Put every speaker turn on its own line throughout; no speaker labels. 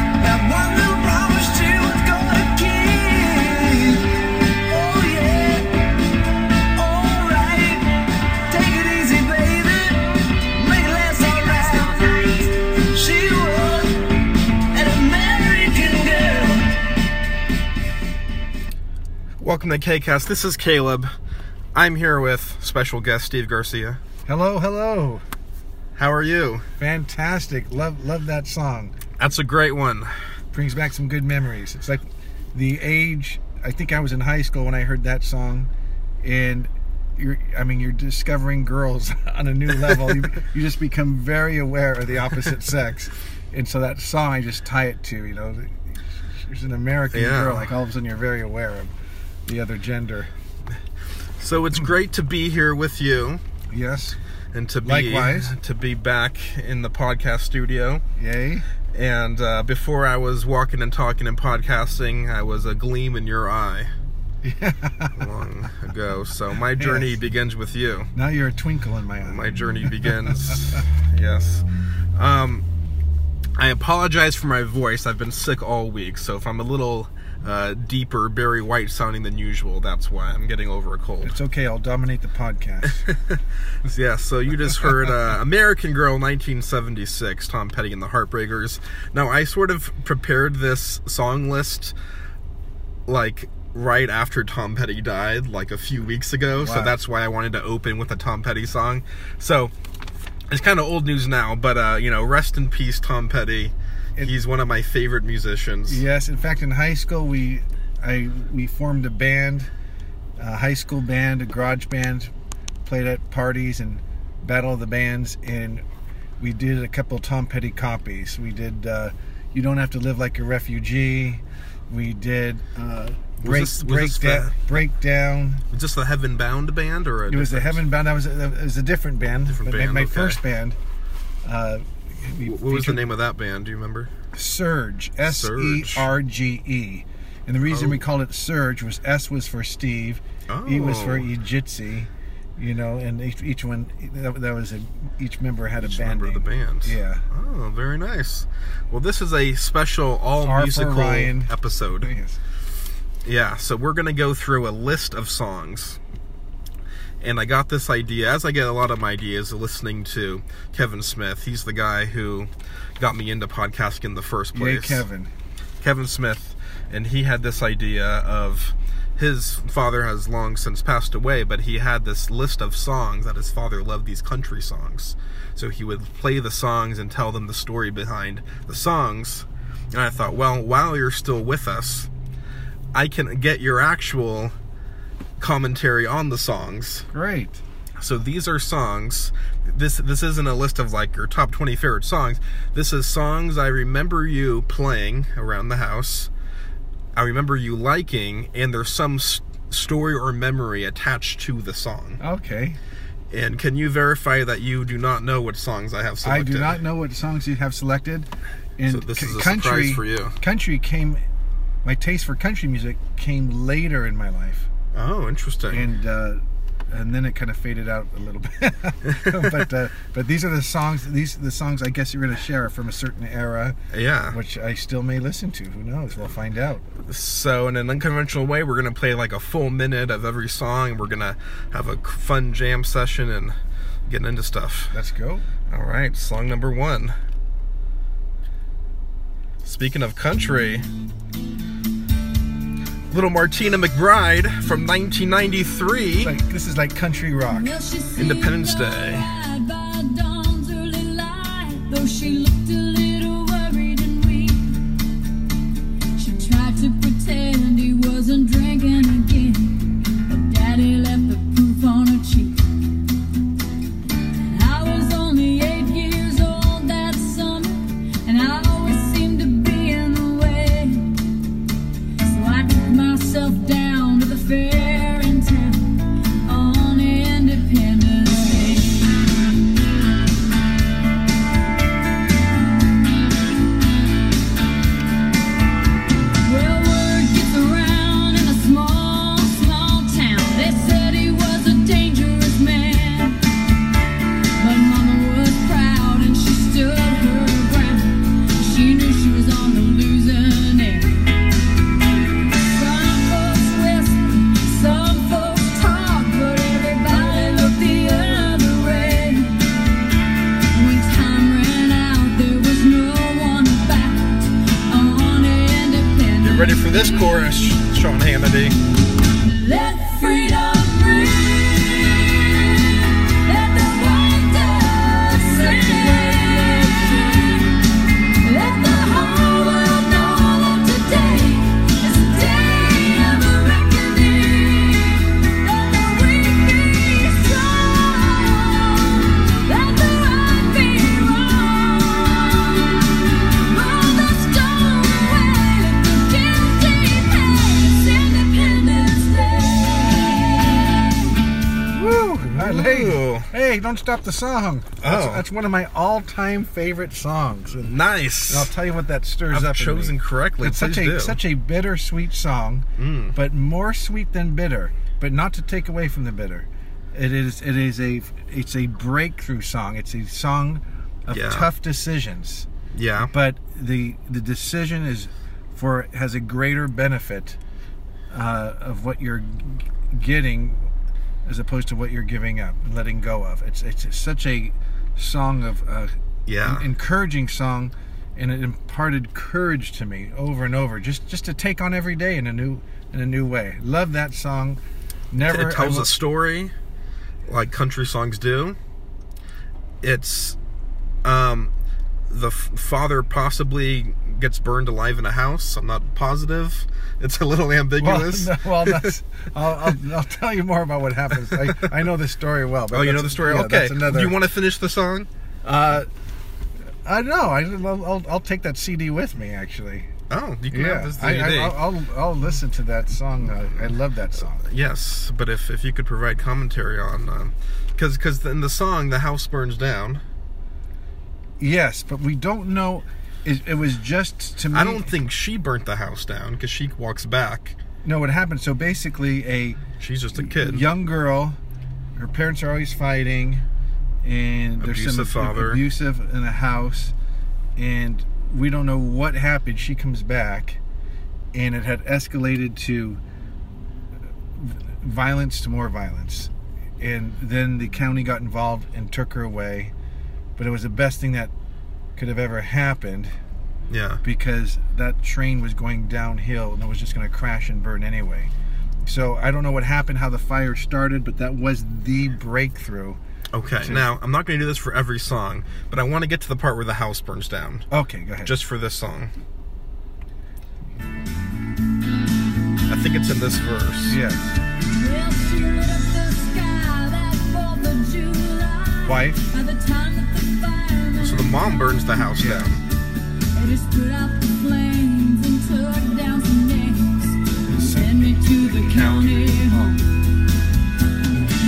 Oh,
welcome to KCast. This is Caleb. I'm here with special guest Steve Garcia.
Hello, hello.
How are you?
Fantastic. Love love that song.
That's a great one.
Brings back some good memories. It's like the age I think I was in high school when I heard that song and you're I mean you're discovering girls on a new level. you, you just become very aware of the opposite sex. And so that song I just tie it to, you know, there's an American
Yeah.
girl like all of a sudden you're very aware of the other gender.
So it's great to be here with you
Yes.
and to be
Likewise.
to be back in the podcast studio.
Yay.
And uh, before I was walking and talking and podcasting, I was a gleam in your eye long ago. So my journey
Yes.
begins with you.
Now you're a twinkle in my eye.
my journey begins. yes. Um, I apologize for my voice. I've been sick all week, so if I'm a little uh, deeper, Barry White sounding than usual, that's why I'm getting over a cold.
It's okay. I'll dominate the podcast.
yeah, so you just heard uh, American Girl 1976, Tom Petty and the Heartbreakers. Now, I sort of prepared this song list like right after Tom Petty died, like a few weeks ago, so
Wow.
that's why I wanted to open with a Tom Petty song. So it's kind of old news now, but uh, you know, rest in peace, Tom Petty.
It-
He's one of my favorite musicians.
Yes, in fact, in high school we, I we formed a band, a high school band, a garage band, played at parties and battle of the bands, and we did a couple Tom Petty copies. We did uh, "You Don't Have to Live Like a Refugee." We did uh, break
this- was
break
this
down
the-
break down.
Is this the Heaven Bound band or a
It was the Heaven Bound. That was a, it was a different band.
Different
but my-
band,
My
okay.
first band. Uh, we
what was the
featured-
name of that band? Do you remember?
Surge. S E R G E. And the reason
Oh.
we called it Surge was S was for Steve, E was for
Oh.
Ejitsi, you know, and each, each one that, that was a, each member had a
Each
band.
member of the
name.
band.
Yeah.
Oh, very nice. Well, this is a special all
R for
musical
Ryan.
episode.
Yes.
Yeah, so we're going to go through a list of songs. And I got this idea, as I get a lot of my ideas, listening to Kevin Smith. He's the guy who got me into podcasting in the first place.
Yay, Kevin.
Kevin Smith, and he had this idea of his father has long since passed away, but he had this list of songs that his father loved these country songs. So he would play the songs and tell them the story behind the songs. And I thought, well, while you're still with us, I can get your actual commentary on the songs.
Great.
So these are songs. This this isn't a list of like your top 20 favorite songs. This is songs I remember you playing around the house. I remember you liking, and there's some s story or memory attached to the song.
Okay.
And can you verify that you do not know what songs I have
I
selected?
do not know what songs you have selected. And
So this
c-
is a
country,
surprise for you.
Country came, my taste for country music came later in my life.
Oh, interesting.
and uh, and then it kind of faded out a little bit. but uh, but these are the songs. These are the songs I guess you're going to share are from a certain era,
yeah.
which I still may listen to. Who knows? We'll find out.
So, in an unconventional way, we're going to play like a full minute of every song. and We're going to have a c- fun jam session and getting into stuff.
Let's go.
All right, song number one. Speaking of country, little Martina McBride from 1993.
Like this is like country rock.
Independence Day.
Though she looked a little worried and weak, she tried to pretend he wasn't drinking again. But daddy left the proof on her cheek. And I was only eight years old that summer, and I always seemed to be in the way. So I took myself down to the fair in town on Independence Day. Well, word gets around in a small, small town. They said he was a dangerous man, but Mama was proud and she stood her ground. She knew she was on the losing end. Some folks whispered, some folks talked, but everybody looked the other way. When time ran out, there was no one about on Independence.
Get ready for this chorus, Sean Hannity.
Hey, don't stop the song. That's,
Oh.
that's one of my all-time favorite songs, and
Nice.
I'll tell you what that
I've
stirs up. in me.
chosen correctly.
It's such
Please
a
do.
such a bittersweet song,
Mm.
but more sweet than bitter. But not to take away from the bitter. It is it is a it's a breakthrough song. It's a song of
Yeah.
tough decisions.
yeah.
But the the decision is for has a greater benefit uh, of what you're g- getting as opposed to what you're giving up and letting go of. It's it's such a song of uh,
Yeah.
en- encouraging song and it imparted courage to me over and over just just to take on every day in a new in a new way love that song never
it
I
tells
will-
a story like country songs do it's um the f- father possibly gets burned alive in a house i'm not positive it's a little
well,
ambiguous
no, well that's, I'll, I'll, I'll tell you more about what happens I, I know this story well but
oh you know
that's-
the story
yeah,
okay
that's another,
do you want to finish the song
uh, I know I, I'll, I'll, I'll take that CD with me actually
oh you can
yeah
have this
I, I,
DVD.
I'll, I'll, I'll listen to that song I, I love that song
yes but if if you could provide commentary on because because in the song the house burns down
yes but we don't know it, it was just to me
i don't think she burnt the house down because she walks back
know what happened so basically a
she's just a kid
young girl. Her parents are always fighting, and there's some
Abusive father.
abusive in the house, and we don't know what happened. She comes back, and it had escalated to violence to more violence, and then the county got involved and took her away. But it was the best thing that could have ever happened
yeah
because that train was going downhill and it was just going to crash and burn anyway. So I don't know what happened, how the fire started, but that was the breakthrough.
Okay, now I'm not going to do this for every song, but I want to get to the part where the house burns down,
Okay, go ahead.
just for this song. I think it's in this verse.
yeah,
Well, she lit up the sky that 4th of July.
wife.
By the time that the firemen
So the mom burns the house
Yeah.
down.
They just put out the flames and took down some names. Send me to the county home.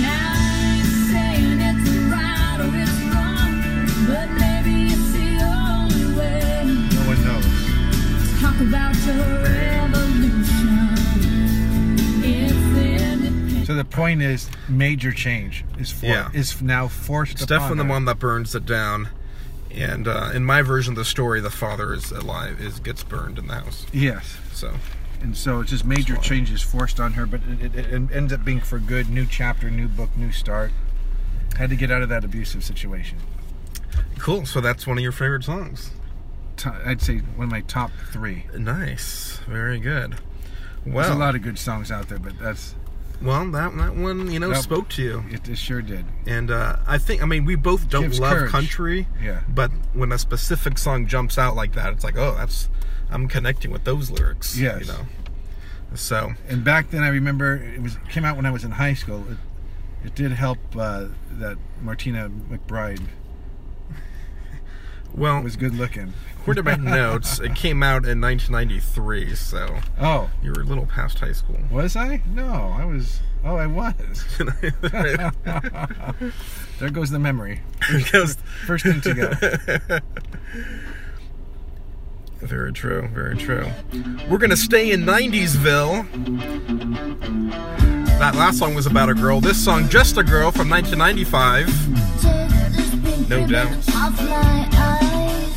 Now I ain't saying it's right or it's wrong, but maybe it's the only way.
No one knows.
Talk about your revolution. It's independent.
So the point is, major change is for,
Yeah.
is now forced.
It's
upon
definitely the
her.
mom that burns it down, and uh, in my version of the story, the father is alive, is gets burned in the house.
Yes,
So
and so it's just major
That's why.
change is forced on her, but it, it, it ends up being for good. New chapter, new book, new start. Had to get out of that abusive situation.
cool. So that's one of your favorite songs.
To- I'd say one of my top three.
Nice, very good.
There's
Well,
a lot of good songs out there, but that's
well, that that one you know
That-
spoke to you.
it, it sure did.
and uh, I think I mean we both don't
Gives
love
courage.
country,
Yeah.
But when a specific song jumps out like that, it's like, oh, that's I'm connecting with those lyrics.
Yes.
you know. So
And back then, I remember it was came out when I was in high school. It, it did help uh, that Martina McBride
well,
was good looking.
according to my notes, it came out in 1993, so
Oh,
you were a little past high school.
was I? No, I was. Oh, I was. There goes the memory.
Because-
First thing to go.
very true, very true. We're gonna stay in 90'sville. That last song was about a girl. This song, Just a Girl, from 1995.
No doubt. Off my eyes,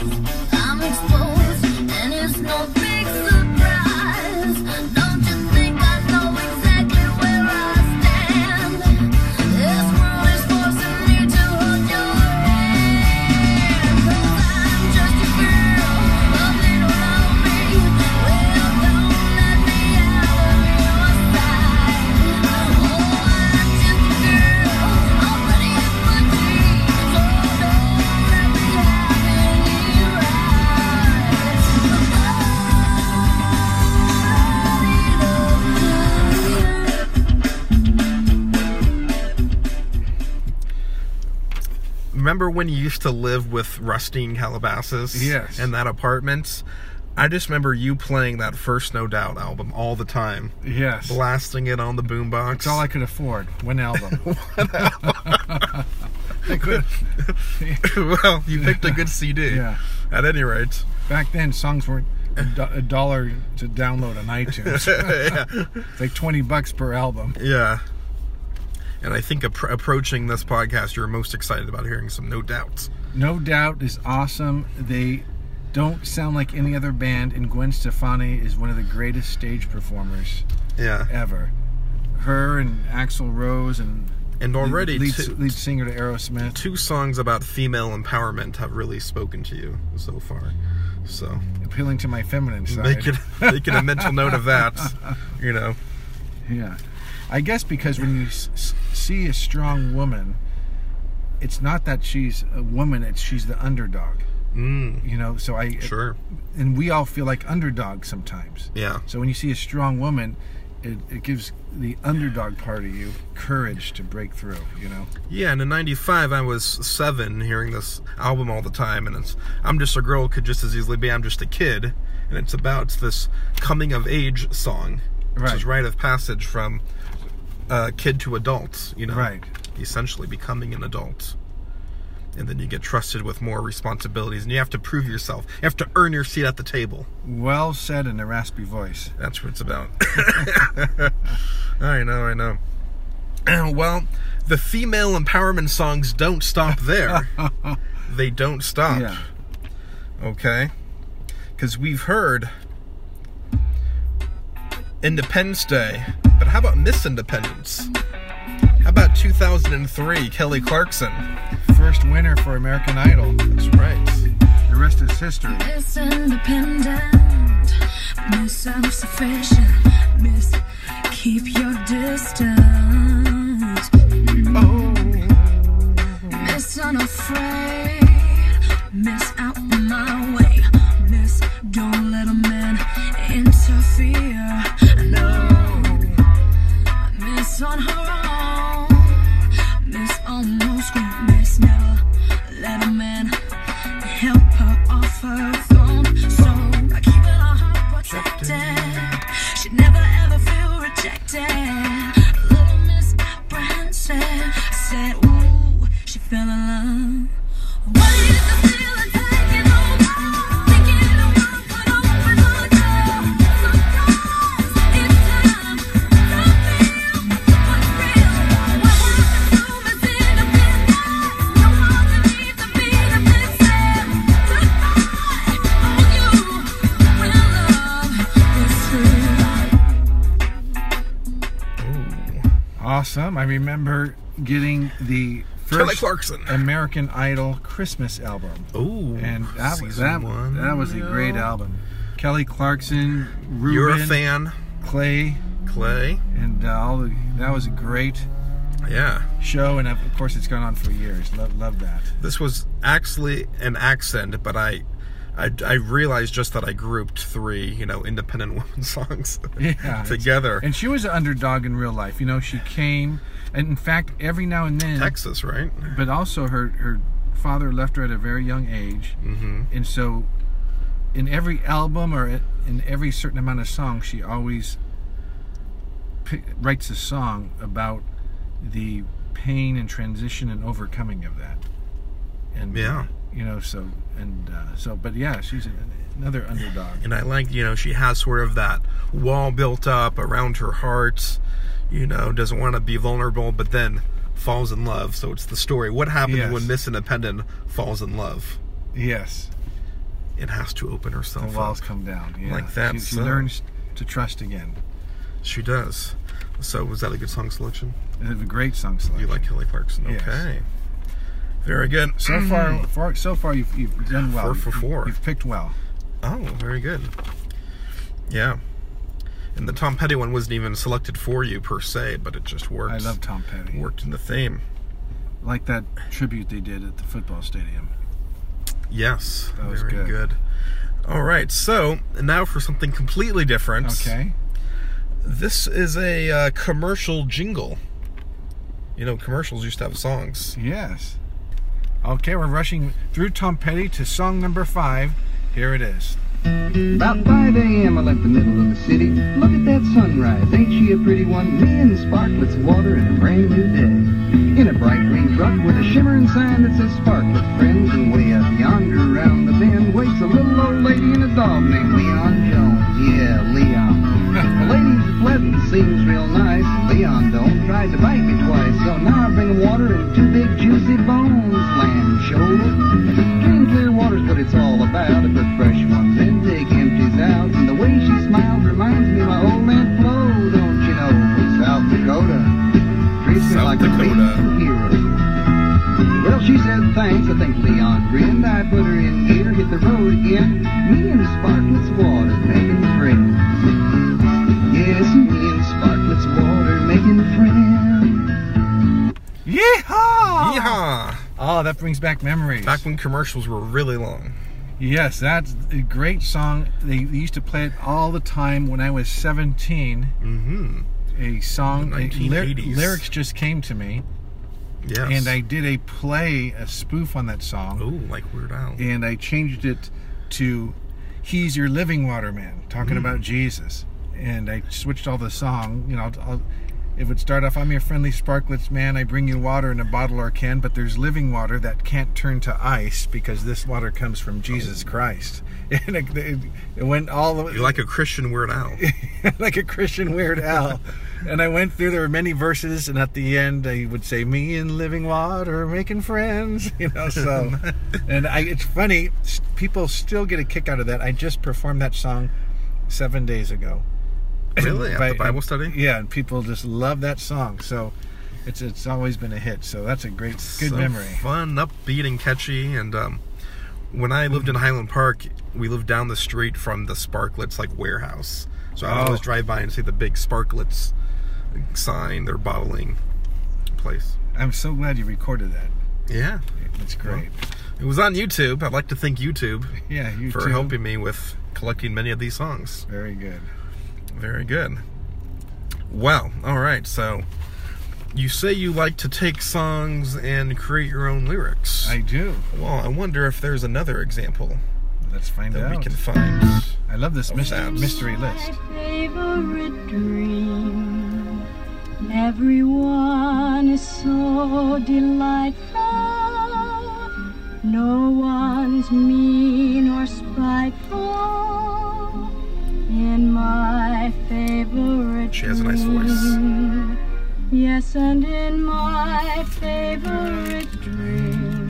I'm exposed, and it's no big surprise. Don't you think I know exactly where I stand? This world is forcing me to hold your hand. 'Cause I'm just a girl, a little lonely. Well, don't let me out of your sight. Oh, I'm just a girl, already in my dreams. So don't let me have any rights.
remember when you used to live with Rusty in Calabasas?
Yes.
In that apartment? I just remember you playing that first No Doubt album all the time,
Yes,
blasting it on the boombox.
it's all I could afford. One album. I could.
well, you picked a good CD.
Yeah.
At any rate.
Back then, songs weren't a, do- a dollar to download on iTunes.
yeah.
It's like twenty bucks per album.
Yeah. And I think appro- approaching this podcast, you're most excited about hearing some No Doubts.
No Doubt is awesome. They don't sound like any other band, and Gwen Stefani is one of the greatest stage performers
Yeah.
ever. Her and Axl Rose and
And already,
lead,
two,
lead singer to Aerosmith.
two songs about female empowerment have really spoken to you so far. So
appealing to my feminine side.
make it, make it a mental note of that. You know.
Yeah. I guess because when you s- s- see a strong woman, it's not that she's a woman, it's she's the underdog.
Mm,
You know, so I.
sure.
And we all feel like underdogs sometimes.
Yeah.
So when you see a strong woman, it, it gives the underdog part of you courage to break through, you know?
Yeah, and in '95 I was seven, hearing this album all the time, and it's "I'm Just a Girl" could just as easily be "I'm Just a Kid," and it's about this coming of age song, which is
Right.
rite of passage from uh, kid to adult. You know,
Right.
Essentially becoming an adult, and then you get trusted with more responsibilities, and you have to prove yourself. You have to earn your seat at the table.
Well said in a raspy voice.
That's what it's about. I know, I know. Well, the female empowerment songs don't stop there. they don't stop.
Yeah.
Okay? Because we've heard Independence Day, but how about Miss Independence? How about 2003, Kelly Clarkson?
First winner for American Idol.
That's right.
The rest is history.
Miss Independent, Miss Self-Sufficient, Miss Keep Your Distance, Miss Unafraid, Miss Out My Way, Miss Don't Let a Man Interfere, no, Miss On Her Own, Miss Almost Grown, Miss Never Let a Man help her off her throne. So I keep her heart protected. She never ever feel rejected. Little misapprehensive said, Ooh, she fell in love. What is the feeling taking over? Thinking the world could open the door. Surprise, it's time to feel what's real. What happens to Miss Independence? No one to leave the beat of this sound. Goodbye, oh you, when love is through.
Awesome. I remember getting the first
Kelly Clarkson.
American Idol Christmas album.
Ooh.
And that was
season
that,
one.
that was a great album. Kelly Clarkson, Ruben,
You're a fan,
Clay,
Clay.
and uh, all the, that was a great
Yeah.
show. And of of course, it's gone on for years. Love, love that.
this was actually an accent, but I, I, I realized just that I grouped three, you know, independent women songs
Yeah.
together.
And she was an underdog in real life. You know, she came, and in fact, every now and then.
Texas, right?
but also her her father left her at a very young age, mm-hmm. and so in every album or in every certain amount of songs, she always pick, writes a song about the pain and transition and overcoming of that. And
Yeah.
you know, so and uh, so, but yeah, she's an, another underdog.
And I like, you know, she has sort of that wall built up around her heart, you know, doesn't want to be vulnerable, but then falls in love. So it's the story. What happens
Yes.
when Miss Independent falls in love?
Yes,
It has to open
the
herself
walls
up.
come down. Yeah.
Like that
she, she
song.
learns to trust again.
She does. So was that a good song selection?
It's a great song
You
selection.
like Kelly Clarkson?
Yes.
Okay. Very good.
So far, far, so far you've, you've done well.
Mm. Four for
You've-
four.
You've picked well.
Oh, very good. Yeah. And the Tom Petty one wasn't even selected for you per se, but it just worked.
I love Tom Petty.
Worked in the theme.
Like that tribute they did at the football stadium.
Yes.
That was
very
good.
All right. So now for something completely different.
Okay.
This is a uh, commercial jingle. You know, commercials used to have songs.
Yes. Okay, we're rushing through Tom Petty to song number five. Here it is.
About 5 a.m. I left the middle of the city. Look at that sunrise. Ain't she a pretty one? Me and sparklets of water and a brand new day. In a bright green truck with a shimmering sign that says Sparklet Friends. And way up yonder around the bend waits a little old lady and a dog named Leon Jones. Yeah, Leon. The lady's pleasant, seems real nice. Leon don't tried to bite me twice. So now I bring water and two big juicy bones. Lamb shoulders. Clean clear water's what it's all about. A good fresh one's intake empties out. And the way she smiles reminds me of my old man Flo, don't you know, from South Dakota. Treats me
South
like
Dakota.
a baby hero. Well, she said thanks. I think Leon grinned. I put her in gear, hit the road again. Me and Sparklet's water making friends. Yes, me and Sparklet's water making friends.
Yeehaw!
Yeehaw!
Oh, that brings back memories.
Back when commercials were really long.
Yes, that's a great song. They, they used to play it all the time when I was 17.
Mm-hmm.
A song,
The
a lyr-
1980s.
lyrics just came to me,
Yes.
and I did a play, a spoof on that song,
Oh, like Weird Al.
and I changed it to "He's Your Living Water Man," talking about Jesus. And I switched all the song. You know, I'll, I'll, it would start off, "I'm your friendly sparklets man. I bring you water in a bottle or can, but there's living water that can't turn to ice because this water comes from Jesus Christ." And it, it, it went all the way
You're like a Christian Weird Al.
like a Christian Weird Al. and I went through. There were many verses, and at the end, I would say, "Me and Living Water making friends," you know. So, and I, it's funny. s- People still get a kick out of that. I just performed that song seven days ago.
Really? At
By-
the Bible study?
Yeah, and people just love that song. So, it's it's always been a hit. So that's a great, good
So
memory.
Fun, upbeat, and catchy. And um, when I lived in Highland Park, we lived down the street from the Sparklets like warehouse. So I would
Oh.
always drive by and see the big Sparklets sign, their bottling place.
I'm so glad you recorded that.
Yeah,
That's great.
it was on YouTube. I'd like to thank YouTube
Yeah, you
for
too.
helping me with collecting many of these songs.
Very good.
Very good. Well, all right. So you say you like to take songs and create your own lyrics.
I do.
well, I wonder if there's another example
Let's find
that
out.
we can find.
I love this
Oh,
mystery,
that's-
mystery list.
favorite dream. And everyone is so delightful. No one is mean or spiteful. In my favorite
She has a nice voice.
dream. Yes, and in my favorite dream.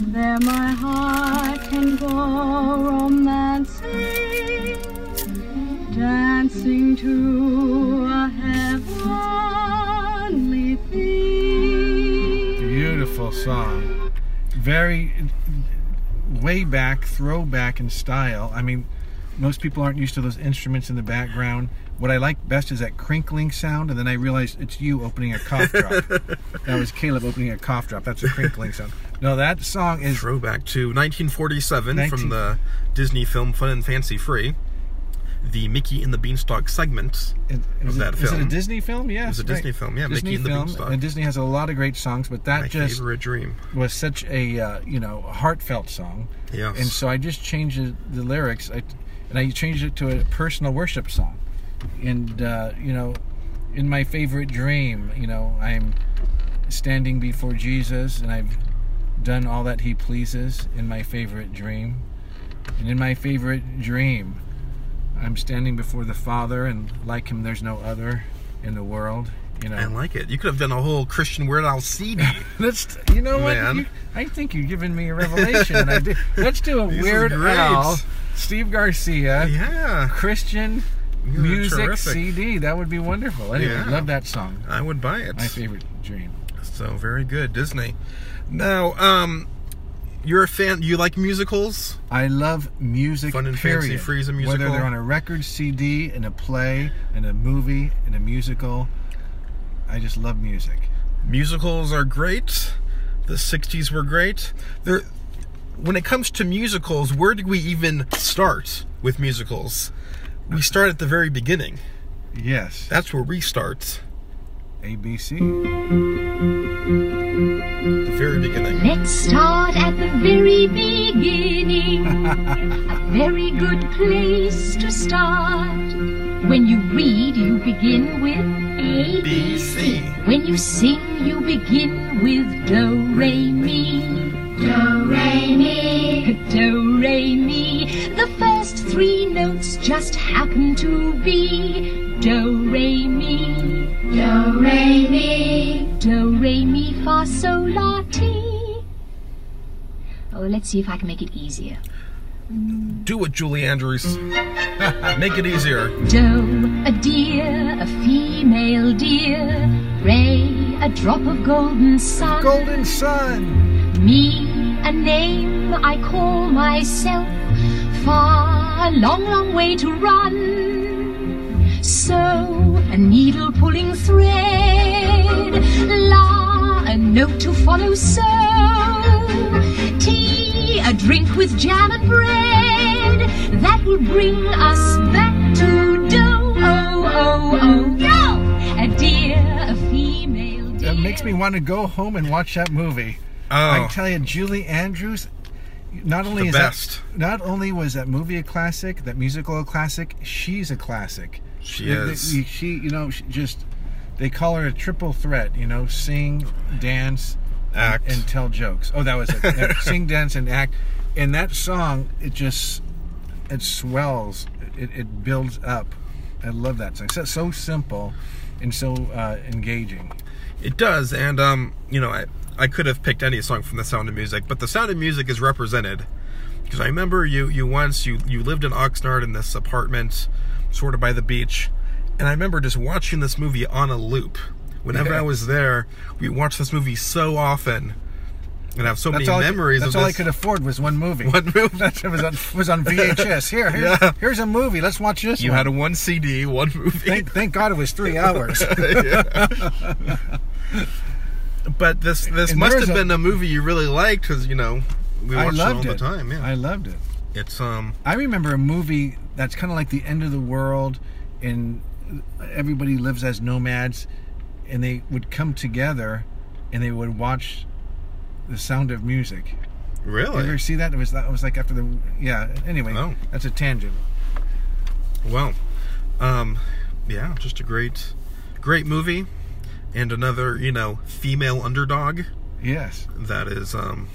There my heart can go romancing, dancing to a heavenly theme.
Beautiful song. Very way back, throwback in style. I mean, most people aren't used to those instruments in the background. What I like best is that crinkling sound, and then I realized it's you opening a cough drop. that was Caleb opening a cough drop. That's a crinkling sound. No, that song is
Throwback to 1947 from
Nineteen-
the Disney film Fun and Fancy Free. The Mickey and the Beanstalk segment.
it, it was
that
a, Is it a
film.
Disney film? Yeah,
was a Disney film, yeah,
Disney
Mickey and the
film.
Beanstalk.
And Disney has a lot of great songs, but that
My
just
favorite dream.
was such a uh, you know heartfelt song.
Yes.
and so I just changed the, the lyrics, I, and I changed it to a personal worship song, and uh, you know, in my favorite dream, you know, I'm standing before Jesus, and I've done all that He pleases in my favorite dream, and in my favorite dream, I'm standing before the Father, and like Him, there's no other in the world. You know,
I like it. You could have done a whole Christian Weird Al CD.
Let's. You know what?
Man.
You- I think you've given me a revelation. and I did. Let's do a
This is
Weird
great.
Al, Steve Garcia,
yeah.
Christian
You're
music
terrific.
CD. That would be wonderful. Anyway,
Yeah.
love that song.
I would buy it.
My favorite dream.
So very good, Disney. Now, um, you're a fan. You like musicals?
I love music.
Fun and
period.
Fancy Free is a
Whether
musical.
they're on a record CD, in a play, in a movie, in a musical, I just love music.
Musicals are great. The '60s were great. There, when it comes to musicals, where did we even start with musicals? We start at the very beginning.
Yes.
That's where we start.
ABC.
The very beginning.
Let's start at the very beginning. A very good place to start. When you read, you begin with A.
B, C.
When you sing, you begin with do re mi. Do re mi. Do re mi. The first three notes just happen to be do re mi. Do re mi. Do re mi fa sol la ti. Oh, let's see if I can make it easier.
Do it, Julie Andrews. Make it easier. Oh,
Doe, a deer, a female deer. Ray, a drop of golden sun.
Golden Sun.
Me, a name I call myself. Far, a long, long way to run. So, a needle pulling thread. La, a note to follow. So, tea, a drink with jam and bread. That will bring us back to dough. Oh, oh, oh, dough. A deer, a female deer.
That makes me want to go home and watch that movie. I
Oh,
tell you, Julie Andrews. Not only
the
is
best.
That, not only was that movie a classic, that musical a classic, she's a classic.
She
Th- th-
is.
you- She, you know, she just they call her a triple threat. You know, sing, dance,
Act.
and tell jokes. Oh, that was it. Yeah, sing, dance, and act. And that song, it just it swells. It, it builds up. I love that song. So, so simple and so uh, engaging.
It does, and um, you know, I I could have picked any song from The Sound of Music, but The Sound of Music is represented because I remember you you once you you lived in Oxnard in this apartment, sort of by the beach, and I remember just watching this movie on a loop. Whenever
Yeah.
I was there, we watched this movie so often, and I have so
That's all.
many
I-
memories
that's
of
all
this.
I could afford was one movie.
One movie.
That's- it was on, it was on VHS. Here, here
Yeah.
here's a movie. Let's watch this.
you
one.
had a one CD, one movie.
Thank, thank God it was three hours.
but this this
And
must
there's
have
a-
been a movie you really liked because you know we
I
watched it all
loved
the
it.
time. Yeah,
I loved it.
it's um
I remember a movie that's kind of like the end of the world, and everybody lives as nomads, and they would come together, and they would watch The Sound of Music. Did you
really
ever see that? It was that was like after the yeah. Anyway,
Oh, No.
that's a tangent.
Well, um, yeah, just a great, great movie, and another you know female underdog
Yes.
that is um,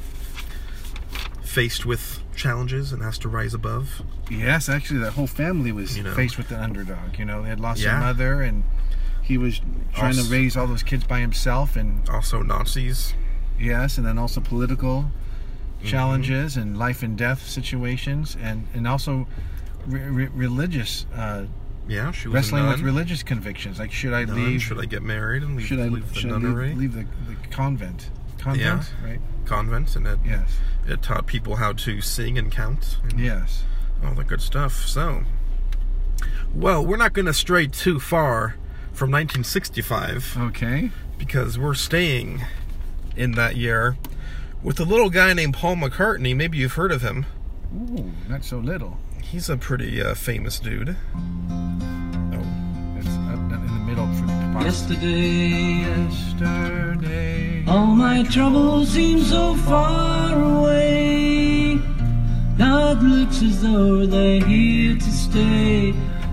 faced with challenges and has to rise above.
Yes, actually, the whole family was
You know.
faced with an underdog. You know, they had lost
Yeah.
their mother, and he was trying
Also-
to raise all those kids by himself. And
Also Nazis.
yes, and then also political
Mm-hmm.
challenges and life and death situations, and and also re- re- religious uh,
Yeah, she was a
wrestling
nun.
with religious convictions. Like, should I
Nun.
leave?
Should I get married and leave,
should I
leave the
should I
nunnery
leave, leave the, the convent? Convent, right?
convent? And it,
Yes.
it taught people how to sing and count. And
Yes.
all that good stuff. So, well, we're not going to stray too far from 1965.
Okay.
because we're staying in that year with a little guy named Paul McCartney. Maybe you've heard of him.
Ooh, not so little.
He's a pretty uh, famous dude. Oh,
It's up in the middle for
Yesterday,
yesterday.
all my troubles seem so far away. Now it looks as though they're here to stay.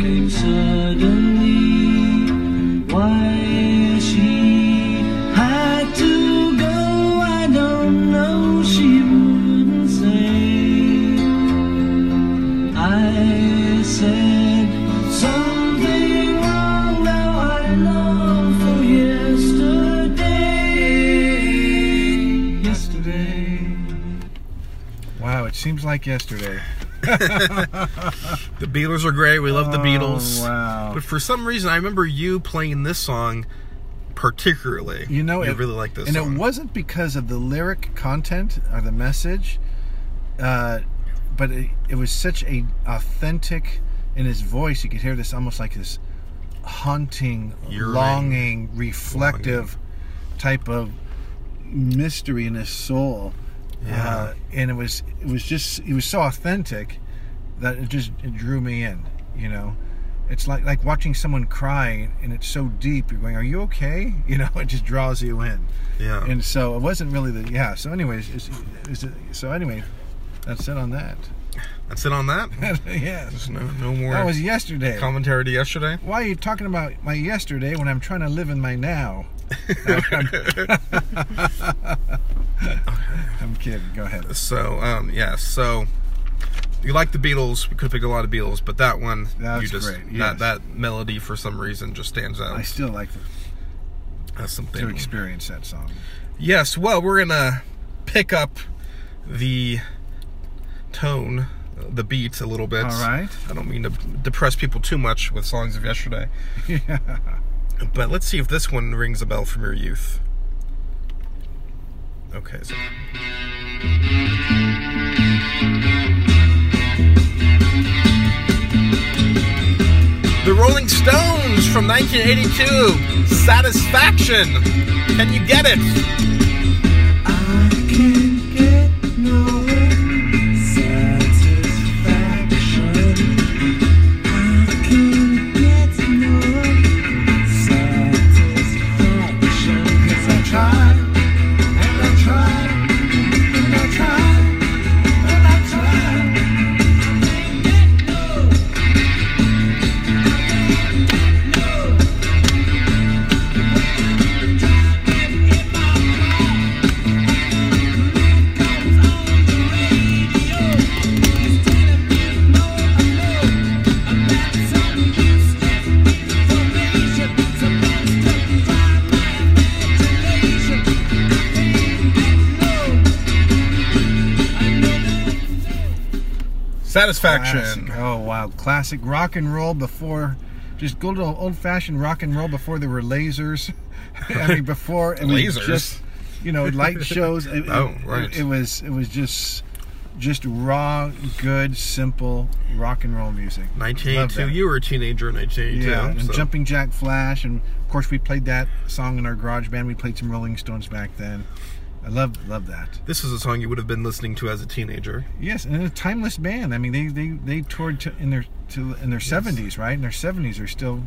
came suddenly. Why she had to go, I don't know. She wouldn't say. I said something wrong. Now I long for yesterday. Yesterday.
Wow, it seems like yesterday.
the Beatles are great. We love the Beatles.
Oh, wow.
But for some reason, I remember you playing this song particularly.
You know,
you really like this
and
song.
it wasn't because of the lyric content or the message, uh, but it, it was such a authentic in his voice. You could hear this almost like this haunting,
Yearning.
longing, reflective type of mystery in his soul. Uh, and it was it was just it was so authentic that it just it drew me in. You know, it's like like watching someone cry and it's so deep. You're going, "Are you okay?" You know, it just draws you in.
yeah.
And so it wasn't really the yeah. So anyways, it's, it's, so anyway, that's it on that.
That's it on that.
yeah,
There's no, no more
that was yesterday.
commentary to yesterday.
Why are you talking about my yesterday when I'm trying to live in my now? I'm kidding. Go ahead.
So, um, yeah, so you like the Beatles. We could pick a lot of Beatles, but that one, you
That's
just
great, yes.
that that melody for some reason just stands out
I still like to,
as something.
to experience that song.
Yes, well, we're gonna pick up the tone, the beat a little bit.
All right.
I don't mean to depress people too much with songs of yesterday,
yeah.
but let's see if this one rings a bell from your youth. Okay. So. The Rolling Stones from 1982, Satisfaction. Can you get it?
I can't get no satisfaction. I can't get no satisfaction. 'Cause I try and I try and I try and I try. Can't get no. Can't get no. And if I try.
Satisfaction.
Classic. Oh wow, classic rock and roll before. Just good old old fashioned rock and roll before there were lasers. I mean, before I mean,
Lasers?
Just, you know, light shows. It, it-
Oh, right.
It, was it was just just raw, good, simple rock and roll music. Love
1982.
that.
You were a teenager in 1982.
Yeah, and
so-
Jumping Jack Flash, and of course we played that song in our garage band. We played some Rolling Stones back then. I love love that.
This is a song you would have been listening to as a teenager.
Yes, and a timeless band. I mean, they they they toured to, in their to, in their seventies, right? In their seventies, they're still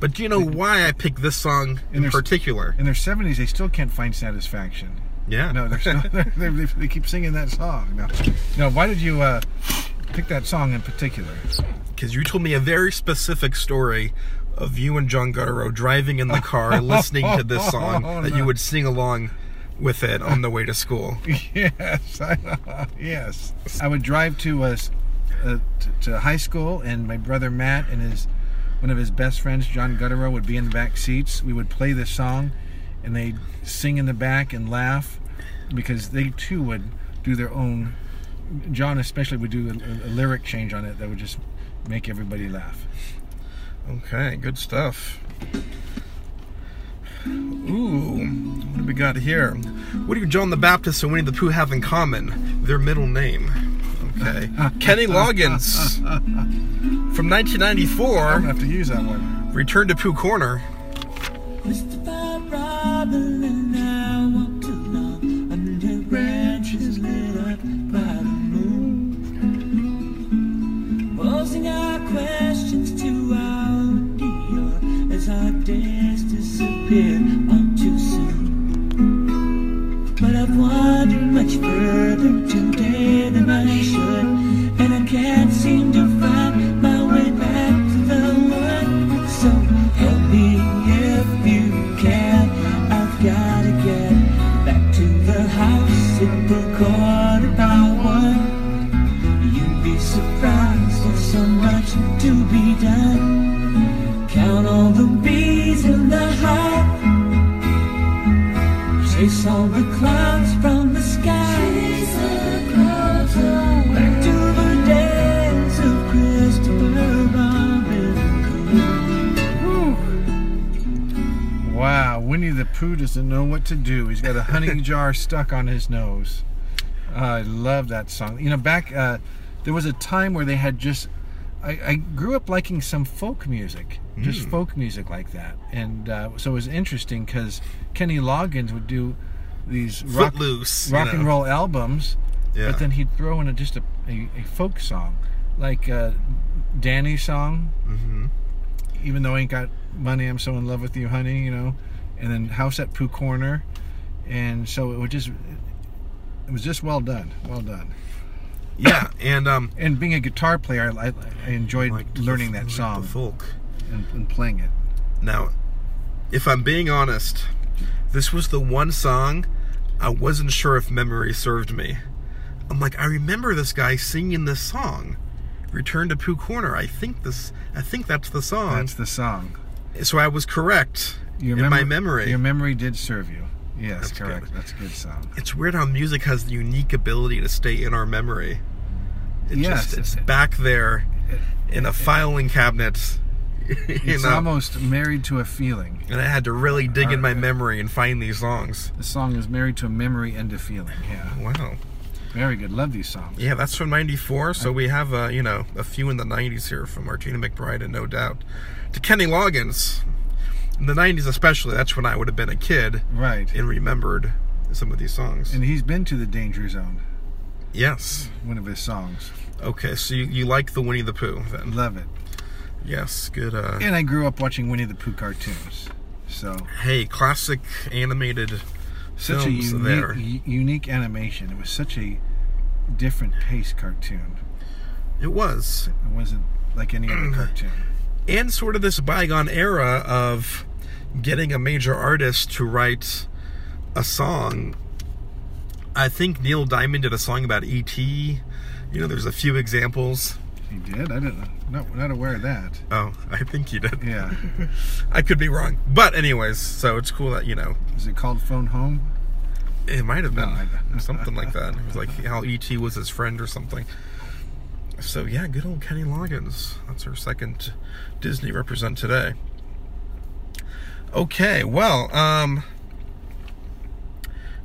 But do you know why I picked this song in
And there's-
particular?
in their seventies. They still can't find satisfaction.
Yeah.
No, they're still they're, they they keep singing that song. No, no. Why did you uh, pick that song in particular?
Because you told me a very specific story of you and John Gutterow driving in the car listening to this song
Oh,
that
no.
you would sing along with it on the way to school.
yes, I, yes. I would drive to us uh, to, to high school, and my brother Matt and his one of his best friends, John Gutterow, would be in the back seats. We would play this song, and they'd sing in the back and laugh because they too would do their own. John especially would do a, a lyric change on it that would just make everybody laugh.
Okay, good stuff. Ooh, what do we got here? What do John the Baptist and Winnie the Pooh have in common? Their middle name. Okay. Kenny Loggins from
I'm
1994,
gonna have to use that one.
Return to Pooh Corner.
Mr. Robin and I walked along under branches lit up by the moon, posing our questions to our dear as our days disappear all too soon. But I've wandered much further today than I should, and I can't seem to find my way back to the wood. So help me if you can. I've gotta get back to the house at the corner by one. You'd be surprised, there's so much to be done. Count all the bees in the hive. Chase all the clouds from the sky. Back to the days of Christopher Robin Coon.
Wow, Winnie the Pooh doesn't know what to do. He's got a honey jar stuck on his nose. I love that song. You know, back uh, there was a time where they had just. I, I grew up liking some folk music, just folk music like that, and uh, so it was interesting because Kenny Loggins would do these rock,
Footloose, you
rock and
know.
roll albums,
Yeah.
but then he'd throw in a, just a, a, a folk song, like uh, Danny's song,
Mhm.
even though I ain't got money, I'm so in love with you, honey, you know, and then House at Pooh Corner, and so it was just, it was just well done, well done.
yeah, and um,
And being a guitar player, I, I, I enjoyed
like
learning
the-
that
like
song
the folk.
and, and playing it.
Now, if I'm being honest, this was the one song I wasn't sure if memory served me. I'm like, I remember this guy singing this song, "Return to Pooh Corner." I think this, I think that's the song.
That's the song.
so I was correct
Your
in my
memor-
memory.
Your memory did serve you. Yes,
That's
correct.
good.
That's a good song.
it's weird how music has the unique ability to stay in our memory. It
Yes,
just, it's
it-
back there in a filing cabinet. You
It's
know?
almost Uh, married to a feeling.
and I had to really dig in my memory and find these songs.
The song is married to a memory and a feeling. Yeah,
Wow.
very good. Love these songs.
Yeah, that's from '94. So we have a you know a few in the '90s here from Martina McBride and No Doubt to Kenny Loggins. In the '90s, especially, that's when I would have been a kid
Right.
and remembered some of these songs.
And he's been to the danger zone.
yes.
One of his songs.
Okay, so you, you like the Winnie the Pooh then?
Love it.
Yes. Good. Uh,
And I grew up watching Winnie the Pooh cartoons. So
Hey, classic animated
such a
films
unique,
there.
u- unique animation. It was such a different pace cartoon.
It was.
It wasn't like any other cartoon.
and sort of this bygone era of getting a major artist to write a song. I think Neil Diamond did a song about E.T. You know, there's a few examples.
He did. I didn't. No, not aware of that.
Oh, I think he did.
Yeah.
I could be wrong. But, anyways, so it's cool that, you know,
Is it called Phone Home?
it might have been
No, I don't-
something like that. It was like how E.T. was his friend or something. So, yeah, good old Kenny Loggins. That's her second Disney represent today. Okay, well, um,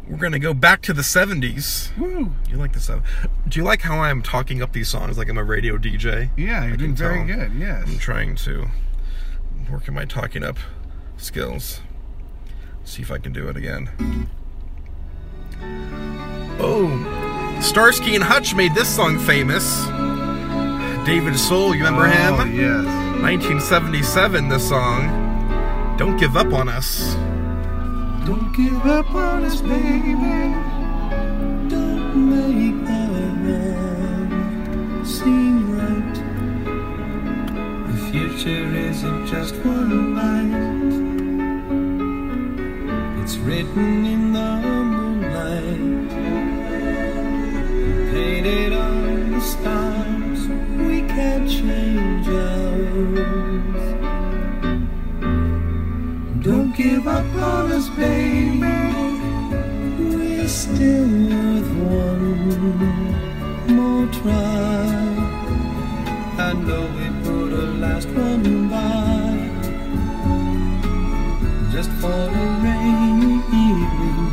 we're gonna go back to the 70s.
Woo!
You like the 70s? Do you like how I'm talking up these songs like I'm a radio DJ?
Yeah, you're doing
can
very
tell.
good.
I'm
Yes.
trying to work on my talking up skills. See if I can do it again. Oh, Starsky and Hutch made this song famous. David Soul, you remember
Oh,
him?
yes.
1977, this song. Don't give up on us.
Don't give up on us, baby.
Don't make the wrong seem right. The future isn't just one light. It's written in the moonlight. Painted on the stars. We can't change ours. Don't give up on us, baby. We're still worth one more try. I know we put a last one by just for a rainy evening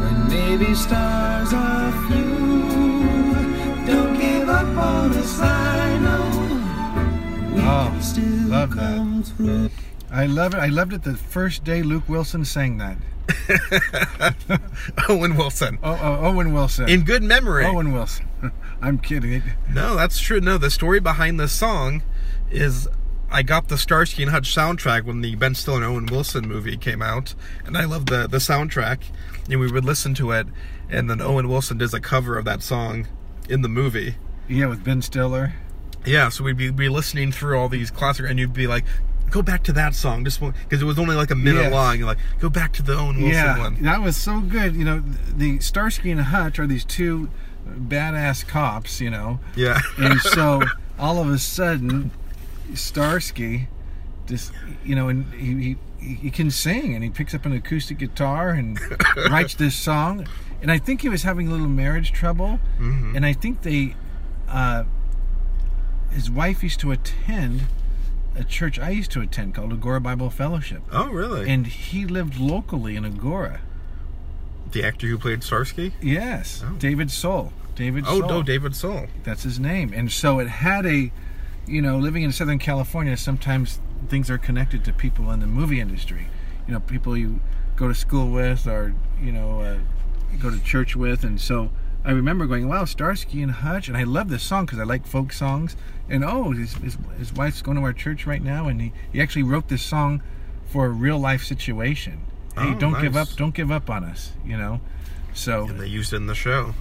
when maybe stars are few. Don't give up on us, I know we
Oh,
can still
love that.
come through.
I love it. I loved it the first day Luke Wilson sang that.
Owen Wilson.
Oh, oh Owen Wilson.
In good memory.
Owen Wilson. I'm kidding. It-
No, that's true. No, the story behind this song is I got the Starsky and Hutch soundtrack when the Ben Stiller and Owen Wilson movie came out, and I loved the the soundtrack. And we would listen to it, and then Owen Wilson does a cover of that song in the movie.
Yeah, with Ben Stiller.
Yeah, so we'd be, be listening through all these classic, and you'd be like, "Go back to that song," just because it was only like a minute
Yes.
long. You're like, "Go back to the Owen Wilson
yeah,
one."
that was so good. You know, the Starsky and Hutch are these two badass cops. You know,
Yeah,
and so all of a sudden, Starsky just you know, and he, he he can sing, and he picks up an acoustic guitar and writes this song. And I think he was having a little marriage trouble,
Mm-hmm.
and I think they, uh, his wife used to attend a church I used to attend called Agora Bible Fellowship,
oh, really?
and he lived locally in Agora.
the actor who played Starsky.
Yes,
Oh.
David Soul. David
Oh,
Soul.
no, David Soul.
That's his name. And so it had a, you know, living in Southern California, sometimes things are connected to people in the movie industry. you know people you go to school with or you know uh, you go to church with, and so I remember going, wow, Starsky and Hutch, and I love this song because I like folk songs, and oh, his, his his wife's going to our church right now, and he he actually wrote this song for a real life situation. Hey,
Oh,
don't give up,
nice.
don't give up on us, you know. So
And they used it in the show.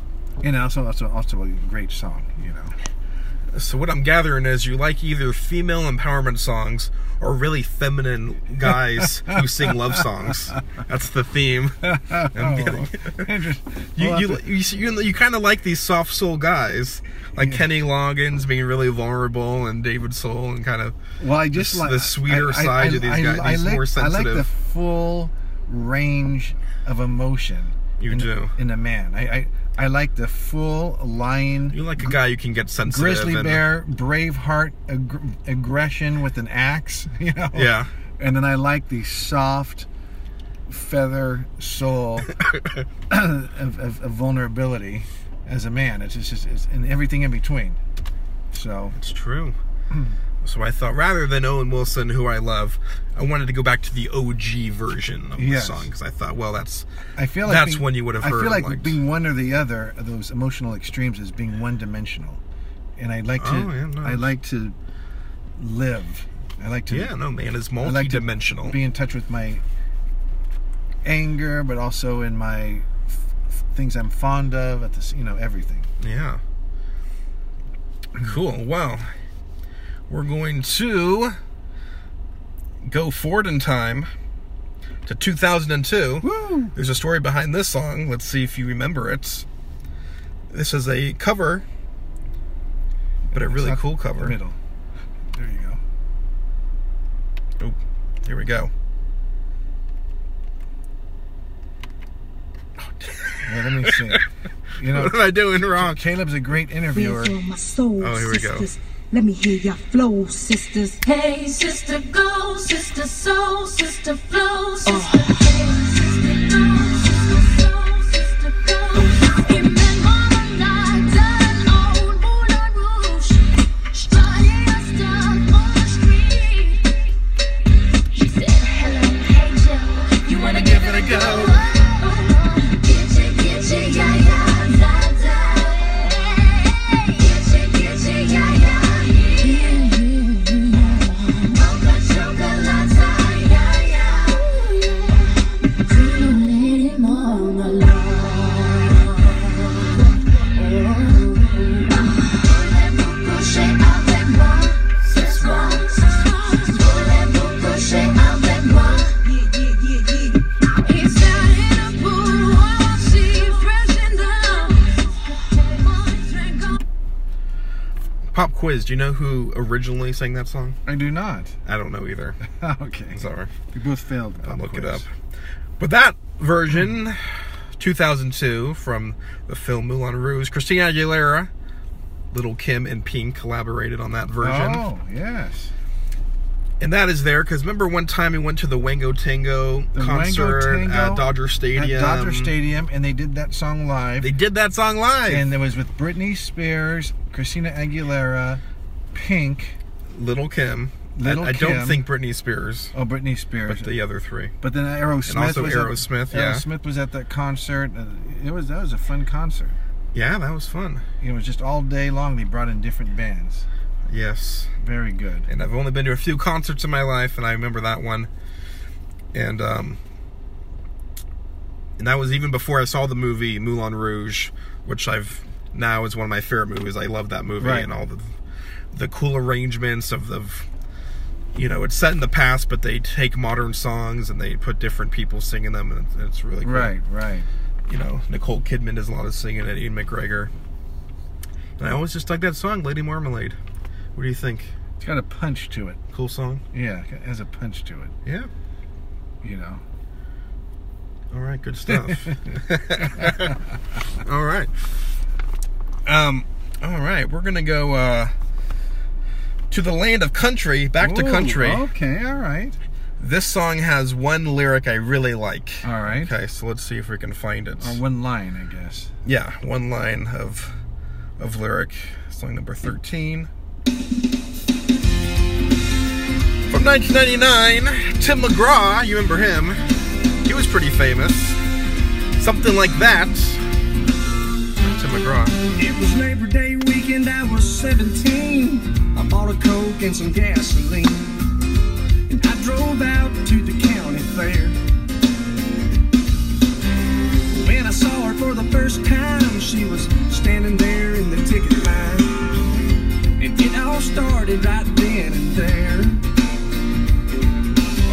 and also also also a great song, you know.
So what I'm gathering is you like either female empowerment songs or really feminine guys who sing love songs. That's the theme. I'm getting.
Interest-
Oh, You,
Well,
you, you, you, you kind of like these soft soul guys, like Kenny Loggins being really vulnerable and David Soul and kind of.
Well, I just
the-
like
the sweeter side of these guys, these more
I like the
sensitive.
full range of emotion.
You
in,
do.
in a man. I, I I like the full lion,
You like a guy you can get sensitive.
grizzly
and-
bear, brave heart, ag- aggression with an axe. You know.
Yeah.
And then I like the soft feather soul of, of, of vulnerability as a man. It's just, it's, it's and everything in between. So
It's true.
Hmm.
so I thought rather than Owen Wilson, who I love, I wanted to go back to the OG version of
Yes.
the song because I thought, well, that's
I feel like
That's when you would have
I
heard
feel
and
like
liked.
being one or the other of those emotional extremes is being one-dimensional, and I like to.
Oh, yeah, no.
I like to live. I like to.
yeah, no man, it's
I like to
multi-dimensional.
Be in touch with my anger, but also in my f- f- things I'm fond of. At this, you know, everything.
yeah. Cool. Well, we're going to go forward in time to 2002.
Woo!
There's a story behind this song. Let's see if you remember it. This is a cover, but a really
Not
cool
the
cover.
middle. There you go.
Oh, here we go.
Yeah, let me see. You know,
What am I doing wrong?
Caleb's a great interviewer.
Where's all my soul,
Oh, here we go.
sisters? Let me hear your flow, sisters.
Hey, sister, go, sister, soul, sister, flow, sister. Hey, sister, go, sister, soul, sister, flow. Give me more than I done. Oh, Moulin Rouge. Starting a star on the street. She said, hello, hey, Joe. You wanna give it a go? Oh, oh, oh. Get you, get you, yeah, yeah, da, da. Get you, get you, yeah, yeah, yeah, yeah, yeah. Mocha chocolate, yeah, yeah. Pretty lady Mona Voulez-vous coucher avec moi ce soir? Voulez-vous coucher avec moi? He's down in a pool, while she freshened up. One drink on
Pop quiz. Do you know who originally sang that song?
I do not.
I don't know either.
okay.
Sorry.
We both failed. the
I'll
pop
look it
quiz.
up. But that version, 2002, from the film Moulin Rouge, Christina Aguilera, Little Kim, and Pink collaborated on that version.
Oh yes.
And that is there because remember one time we went to the Wango Tango
The
concert
Wango Tango
at Dodger Stadium.
At Dodger Stadium, and they did that song live.
They did that song live.
and it was with Britney Spears, Christina Aguilera, Pink.
Little Kim. I-
Little
I,
Kim.
don't think Britney Spears,
Oh, Britney Spears.
but the other three.
But then Aerosmith
also
was
Aerosmith,
At,
yeah.
Aerosmith was at that concert. Uh, It was that was a fun concert.
Yeah, that was fun.
It was just all day long. They brought in different bands.
Yes.
Very good.
and I've only been to a few concerts in my life, and I remember that one. And um, and that was even before I saw the movie Moulin Rouge, which I've now is one of my favorite movies. I love that movie
Right.
and all the the cool arrangements of the you know it's set in the past, but they take modern songs and they put different people singing them, and it's, it's really cool
Right, right.
you know, Nicole Kidman does a lot of singing and Ian McGregor. And I always just like that song, Lady Marmalade. What do you think?
It's got a punch to it.
Cool song?
Yeah, it has a punch to it.
Yeah.
You know.
All right, good stuff. all right. Um all right, we're going to go uh to the land of country, back to
Ooh,
country.
Okay, all right,
This song has one lyric I really like.
all right.
Okay, so let's see if we can find it.
Or one line, I guess.
yeah, one line of of lyric. Song number thirteen. From 1999, Tim McGraw, you remember him? He was pretty famous. Something like that. Tim McGraw.
It was Labor Day weekend, I was 17. I bought a Coke and some gasoline. And I drove out to the county fair. When I saw her for the first time, she was standing there in the ticket line. And it all started right then and there.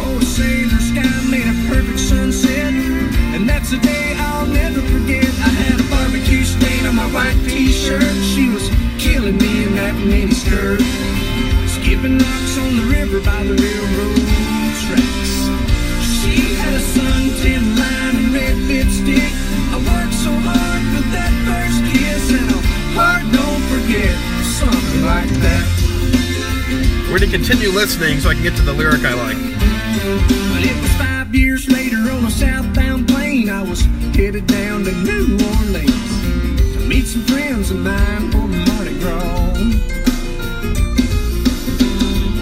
Oh, say the sky made a perfect sunset. And that's a day I'll never forget. I had a barbecue stain on my white t-shirt. She was killing me in that mini skirt. Skipping rocks on the river by the railroad tracks. She had a suntan line and red lipstick. I worked so hard for that first kiss, and I'll hard don't forget something like that.
We're gonna continue listening so I can get to the lyric I like.
But it was five years later on a southbound plane. I was headed down to New Orleans to meet some friends of mine for the Mardi Gras.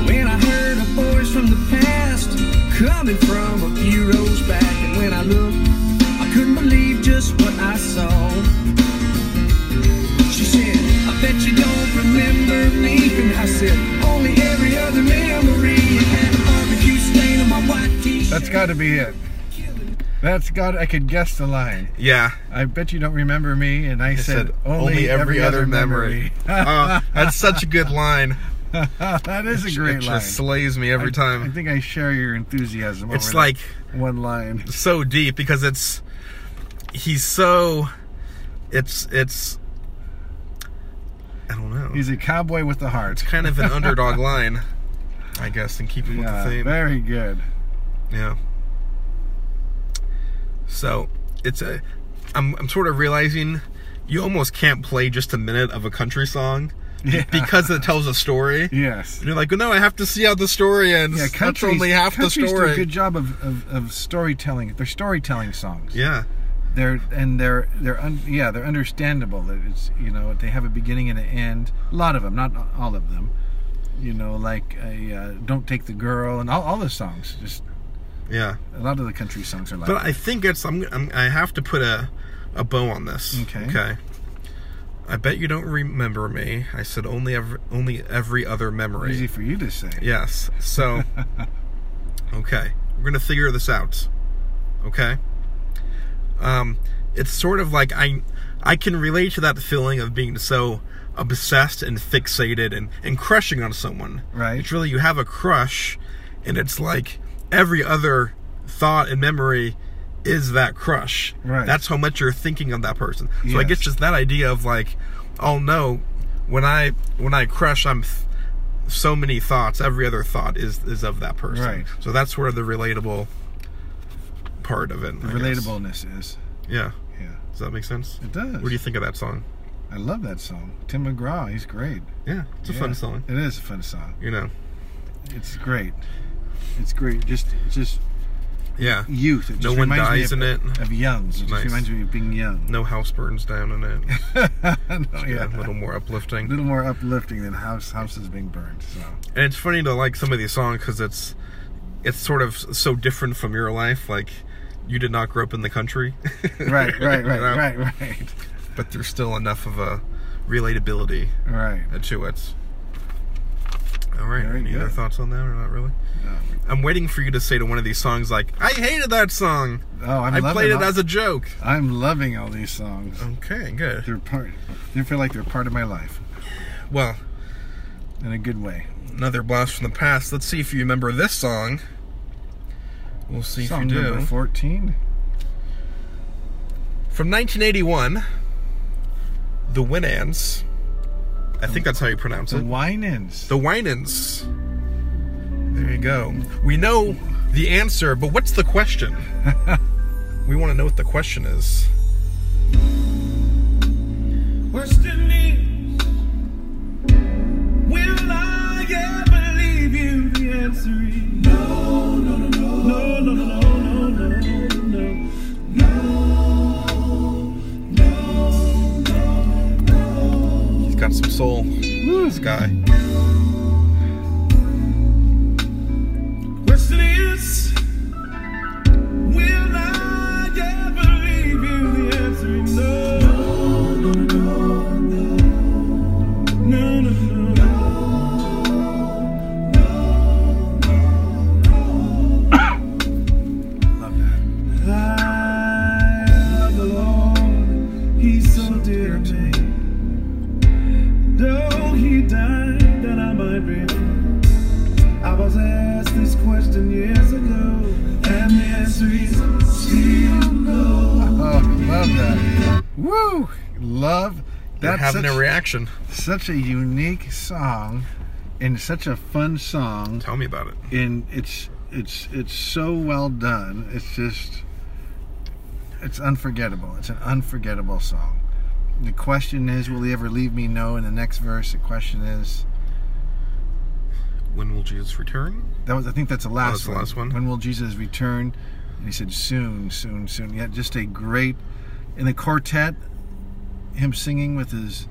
When I heard a voice from the past coming from a few rows back, and when I looked, I couldn't believe just what I saw. She said, I bet you don't remember me. And I said, only every other memory. It had a barbecue stain on my white t-shirt.
That's got to be it. That's got. I could guess the line.
Yeah.
I bet you don't remember me, and I,
I
said, only, every, other memory.
oh, that's such a good line.
that is a
it
great
just
line.
slays me every
I
time.
think I share your enthusiasm.
It's
over
like
that one line.
so deep because it's he's so it's it's I don't know.
He's a cowboy with a heart.
kind of an underdog line, I guess, in keeping with the
Yeah,
theme.
very good.
Yeah. So it's a, I'm I'm sort of realizing you almost can't play just a minute of a country song
Yeah.
because it tells a story.
Yes.
And you're like, well, no, I have to see how the story ends.
Yeah,
That's
country's,
only half the
country's do
story.
a good job of, of, of storytelling. They're storytelling songs.
yeah,
They're and they're they're un, yeah they're understandable. That It's you know they have a beginning and an end. A lot of them, not all of them. You know, like a, uh, "Don't Take the Girl" and all, all the songs. Just
yeah.
a lot of the country songs are like.
But I think it's I'm, I'm I have to put a a bow on this.
Okay.
Okay. I bet you don't remember me. I said only every only every other memory.
easy for you to say.
Yes. So, okay, we're gonna figure this out. Okay. Um, it's sort of like I, I can relate to that feeling of being so obsessed and fixated and and crushing on someone.
Right.
It's really you have a crush, and it's like every other thought and memory is that crush.
Right.
That's how much you're thinking of that person. So I
Yes.
guess just that idea of like, oh no, when I when I crush, I'm. Th- so many thoughts every other thought is is of that person
Right.
so that's where the relatable part of it
The
I guess.
relatableness is.
yeah
Yeah,
does that make sense
it does.
what do you think of that song
I love that song. Tim McGraw, he's great.
yeah it's a
Yeah,
fun song
It is a fun song.
you know
It's great. It's great. Just, it's just
yeah
youth. It just
No one
reminds me
dies
of,
in it.
Of young. It just
Nice.
reminds me of being young.
no house burns down in it
No,
yeah, a
yeah.
little more
A
uplifting
little more uplifting than house houses being burned. So
and it's funny to like some of these songs because it's it's sort of so different from your life like you did not grow up in the country
right, right, right,
You know?
right, right,
but there's still enough of a relatability
right.
at two its. All right.
Very
Any
good.
other thoughts on that, or not really?
No.
I'm waiting for you to say to one of these songs like, "I hated that song.
Oh, I'm
i
loving
played it
all,
as a joke."
I'm loving all these songs.
Okay, good.
They're part. They feel like they're part of my life
Well,
in a good way.
another blast from the past. Let's see if you remember this song. We'll see
Song
if you do.
number fourteen.
From 1981, The Winans. I think that's how you pronounce
The
it.
Winans.
The Winans. There you go. We know the answer, but what's the question? we want to know what the question is.
West Indies, will I ever leave you? The answer is no, no, no, no, no, no, no, no, no, no, no, no,
He's got some soul. This guy. They're
That's
having
such-
a reaction.
Such a unique song, and such a fun song.
Tell me about it.
and it's it's it's so well done. It's just it's unforgettable. It's an unforgettable song. The question is, will he ever leave me? No. In the next verse, the question is,
When will Jesus return?
that was I think that's the last.
that's the
one.
last one.
When will Jesus return? And he said, soon, soon, soon. Yeah, just a great. In the quartet, him singing with his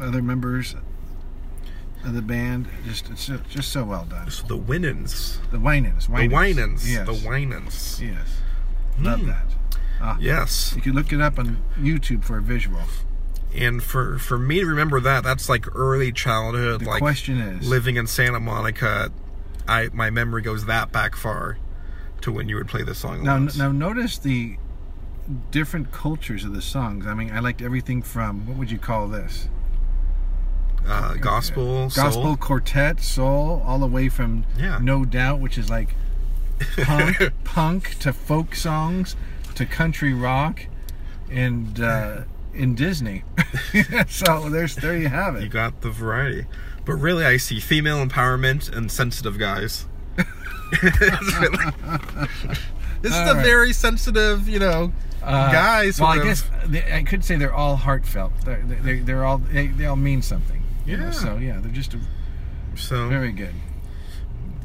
other members of the band, just it's just, just so well done.
So the Winans.
The Winans,
The Winans.
yes.
The Winans.
Yes. Love
Hmm.
that. Ah,
Yes.
You can look it up on YouTube for a visual.
And for for me to remember that, that's like early childhood.
The
like
question is
living in Santa Monica, I my memory goes that back far to when you would play this song. a
now,
lot.
now notice the different cultures of the songs. I mean, I liked everything from what would you call this?
uh, gospel, soul.
Gospel quartet, soul, all the way from
Yeah.
No Doubt, which is like punk, punk to folk songs to country rock and uh, in Disney. so there's there you have
You
it.
got the variety, but really, I see female empowerment and sensitive guys. It's really- this is
All
a
right.
very sensitive, you know,
Uh,
guy.
Well,
Sort
I
of.
guess they, I could say they're all heartfelt. They're, they're, they're all they, they all mean something. you know,
Yeah.
So yeah, they're just
So
very good.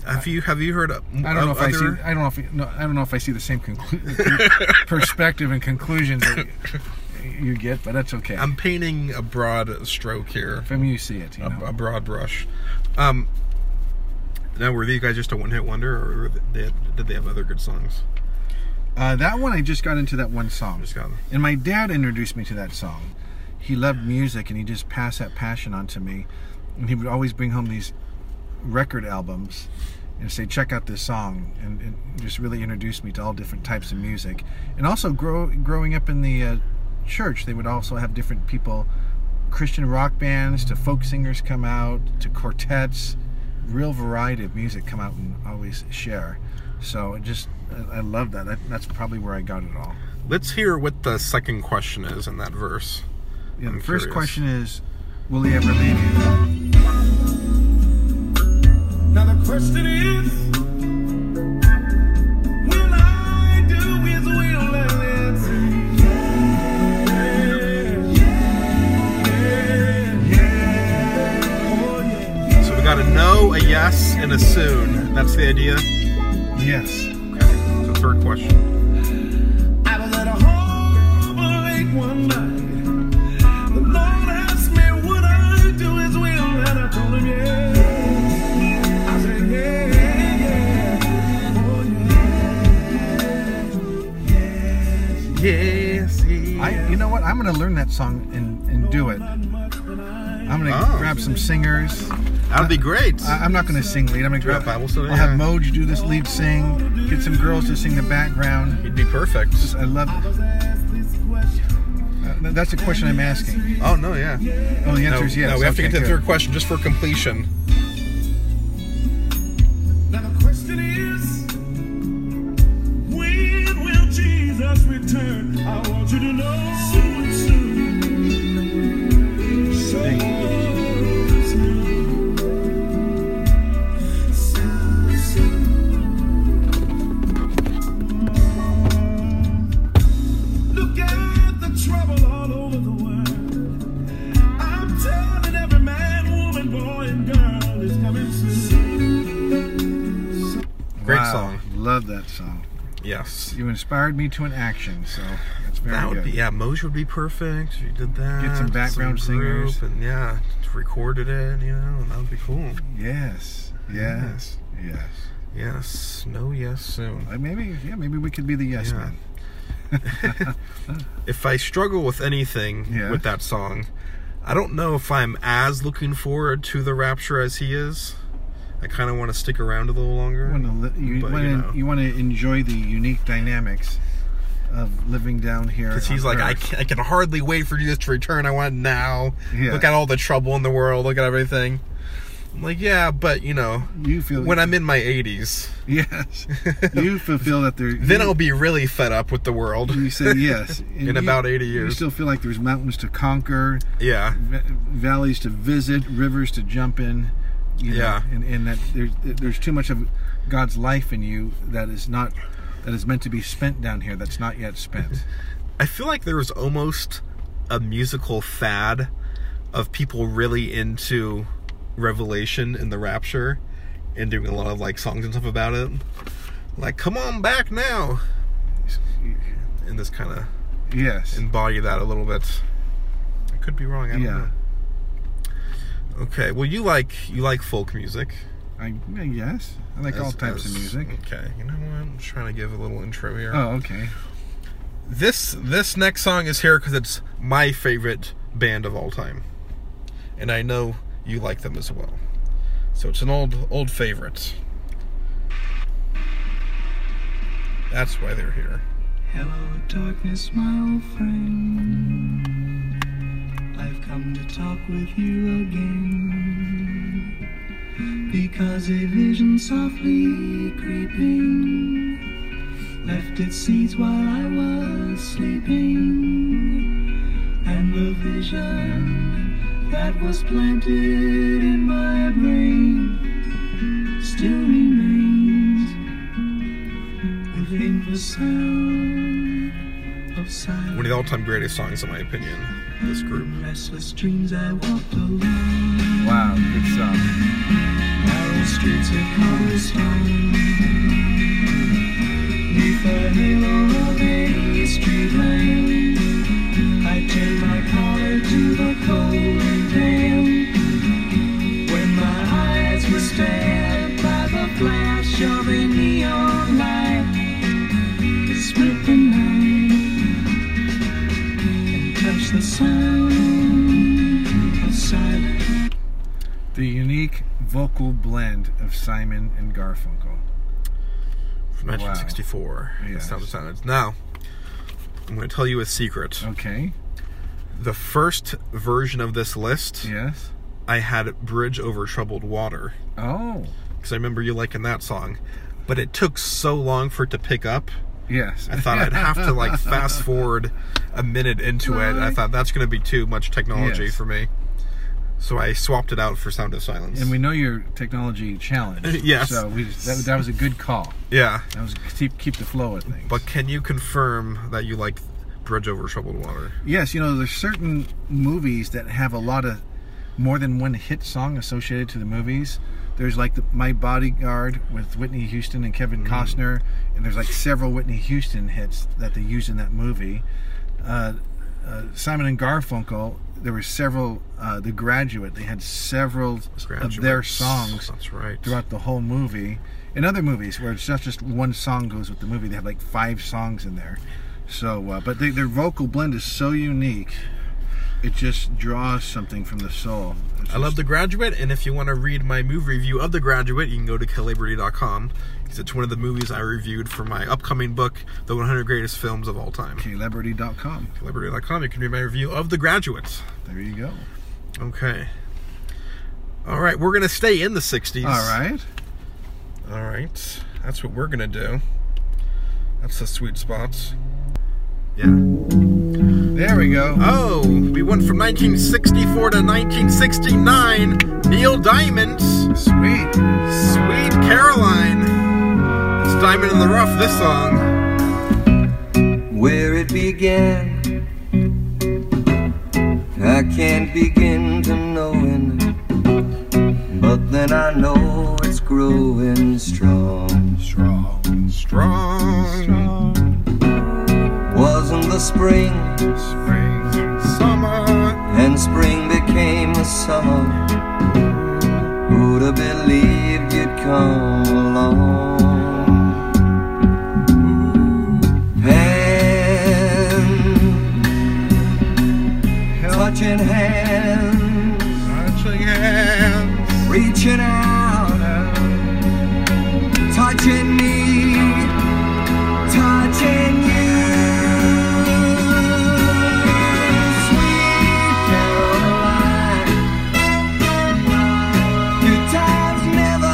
have you have you heard? Of,
I don't know
of
if
other,
I see. I don't know if no, I don't know if I see the same conclu- perspective and conclusions that you get, but that's okay.
I'm painting a broad stroke here.
From you see it, you
a,
know.
a broad brush. Um, now, were these guys just a one-hit wonder, or were they, did they have other good songs?
Uh, that one I just got into that one song,
Just got them.
and my dad introduced me to that song. He loved music, and he just passed that passion on to me. And he would always bring home these record albums and say, "Check out this song," and, and just really introduced me to all different types of music. And also, grow, growing up in the uh, church, they would also have different people, Christian rock bands to folk singers come out to quartets, real variety of music come out and always share. So it just, I, I love that. that. That's probably where I got it all.
Let's hear what the second question is in that verse.
Yeah, the
I'm
first
curious.
question is, will he ever leave you?
Now the question is, will I do his will and say, yeah, yeah, yeah, oh yeah.
So we got a no, a yes, and a soon. That's the idea.
Yes.
Okay. So third question.
I was at a harbor lake one night. The Lord asked me, would I do his will? And I told him, yeah. I said, yeah, yeah, oh yeah. Yes,
Yes.
I, you know what? I'm gonna learn that song and, and do it.
not much, but I
I'm gonna
Oh.
grab some singers.
That'd be great.
I, I'm not gonna sing lead. I'm gonna grab.
a Bible study,
I'll have
yeah.
Moj do this lead sing. Get some girls to sing the background.
It'd be perfect.
I love.
was asked this question.
Uh, that's the question I'm asking.
Oh no, yeah.
Oh, the
No,
answer is yes.
no, we have to
Okay,
get to the
good.
third question just for completion.
Now the question is, when will Jesus return? I want you to know soon, soon. So soon. So soon. Look at the trouble all over the world. I'm telling every man, woman, boy, and girl it's coming soon.
Great
Wow,
song.
Love that song.
Yes.
You inspired me to an action, so that's very
That would
good.
be yeah. Moj would be perfect. You did that.
Get some background
group,
singers.
and yeah, just recorded it. You know, and that would be cool.
Yes. Yes. Yes.
Yes. No. Yes. Soon.
Uh, maybe. Yeah. Maybe we could be the yes
Yeah.
man.
if I struggle with anything
Yeah.
with that song, I don't know if I'm as looking forward to the rapture as he is. I kind of want to stick around a little longer.
Want to li- you
But,
want
you know.
to you want to enjoy the unique dynamics of living down here.
because he's
on
like, I
Earth.
can, I can hardly wait for Jesus to return. I want it now.
Yeah.
Look at all the trouble in the world. Look at everything. I'm like, yeah, but you know,
You feel
when I'm in my 80s,
yes, you fulfill that there.
then
you,
I'll be really fed up with the world.
You say yes And
In
you-
about 80
You
years.
still feel like there's mountains to conquer,
Yeah.
va- valleys to visit, rivers to jump in. You know,
Yeah.
and, and that there's there's too much of God's life in you that is not that is meant to be spent down here. That's not yet spent.
I feel like there was almost a musical fad of people really into Revelation and the Rapture and doing a lot of like songs and stuff about it. Like, come on back now. And this kind of
yes.
embody that a little bit. I could be wrong. I don't
Yeah.
know. Okay. Well, you like you like folk music.
I I guess I like all
As-
types of
as-
music.
Okay. You know what? I'm trying to give a little intro here.
Oh, okay.
this this next song is here because it's my favorite band of all time, and I know you like them as well. So it's an old old favorite. That's why they're here.
Hello, darkness, my old friend. I've come to talk with you again. Because a vision softly creeping left its seeds while I was sleeping. And the vision that was planted in my brain still remains within the sound of silence.
One of the all-time greatest songs, in my opinion. This group.
Restless dreams I walked alone.
Wow, good song.
Narrow streets of cobblestone. Neath the halo of a street lamp, I turned my collar to the cold and damp. When my eyes were stabbed by the flash of a neon light, it split the night and touched the sound of silence.
The unique vocal blend of Simon and Garfunkel.
From 1964.
Wow.
That's
Yes.
how it sounded. Now, I'm going to tell you a
Oh.
secret.
Okay.
The first version of this list,
Yes.
I had "Bridge Over Troubled Water"
Oh.
because I remember you liking that song, but it took so long for it to pick up.
Yes.
I thought I'd have to like fast forward a minute into it. I thought that's going to be too much technology
Yes.
for me. So I swapped it out for Sound of Silence.
And we know your technology challenge.
Yes.
So we that, that was a good call.
yeah.
That was keep keep the flow of things.
But can you confirm that you like Bridge Over Troubled Water?
yes, you know, there's certain movies that have a lot of more than one hit song associated to the movies. There's like the, My Bodyguard with Whitney Houston and
Mm.
Kevin Costner, and there's like several Whitney Houston hits that they use in that movie. Uh, uh, Simon and Garfunkel, there were several. Uh, the Graduate, they had several of their
Graduates.
songs
That's right.
throughout the whole movie. In other movies, where it's not just one song goes with the movie, they have like five songs in there. So, uh, but they, their vocal blend is so unique; it just draws something from the soul. It's
I love The Graduate, and if you want to read my movie review of The Graduate, you can go to calibrity.com because it's one of the movies I reviewed for my upcoming book, The 100 Greatest Films of All Time.
Celebrity.com.
Calibrity.com, you can read my review of The Graduate.
There you go.
Okay. All right, we're gonna stay in the '60s.
All right.
All right. That's what we're gonna do. That's the sweet spot. Yeah.
There we go.
Oh, we went from 1964 to 1969. Neil Diamond,
Sweet.
Mm-hmm. Sweet Caroline. It's Diamond in the Rough. This song.
where it began. I can't begin to know it, but then I know it's growing strong.
Strong.
Strong.
Wasn't the spring,
Spring.
Summer.
and spring became the summer. Who'd have believed you'd come along? Hand, touching hands.
Touching hands.
reaching out, touching me, touching you. Sweet Caroline, you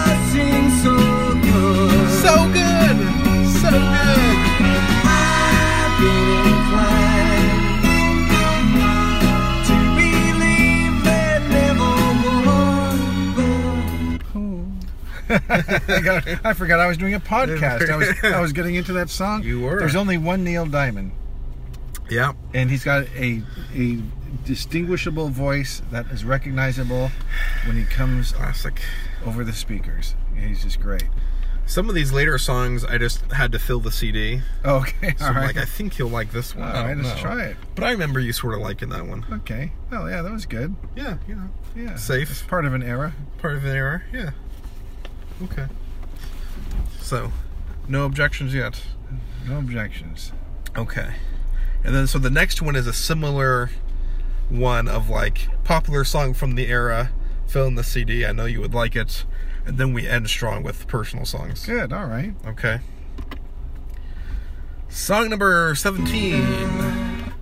I, got, I forgot I was doing a podcast. I was I was getting into that song.
You were.
There's only one Neil Diamond,
Yeah.
and he's got a a distinguishable voice that is recognizable when he comes
Classic.
over the speakers. He's just great.
Some of these later songs, I just had to fill the CD.
Okay,
So
all
I'm
right.
like, I think he'll like this one.
All
I
right,
don't
let's
know.
try it.
But I remember you sort of liking that one.
Okay. Well, yeah, that was good.
Yeah, you know,
Yeah.
Safe.
It's part of an era.
part of an error. Yeah. Okay. So, no objections yet.
No objections.
Okay. And then, so the next one is a similar one of like popular song from the era, fill in the CD. I know you would like it. And then we end strong with personal songs.
Good. All right.
Okay. Song number 17.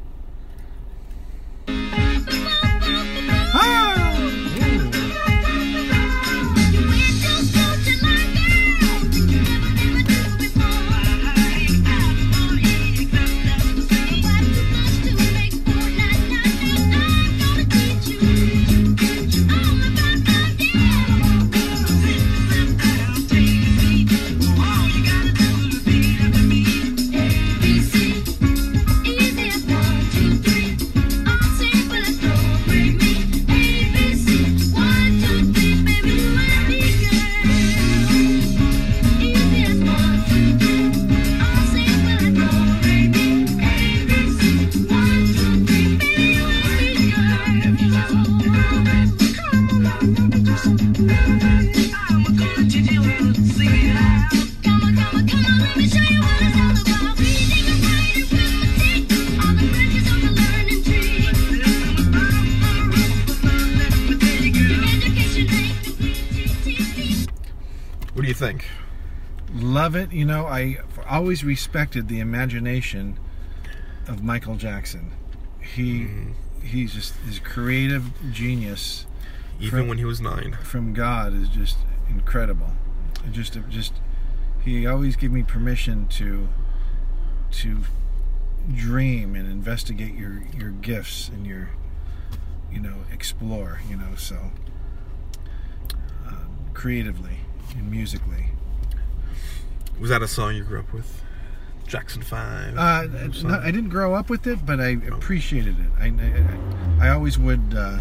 What do you think?
Love it. You know, I always respected the imagination of Michael Jackson. He he's just his creative genius
Even
From-
when he was nine.
from God is just incredible. It just it just he always gave me permission to to dream and investigate your your gifts and your you know explore you know so um, creatively and musically.
Was that a song you grew up with? Jackson 5?
Uh,
or something?
no, I didn't grow up with it, but I appreciated it. I I, I always would. Uh,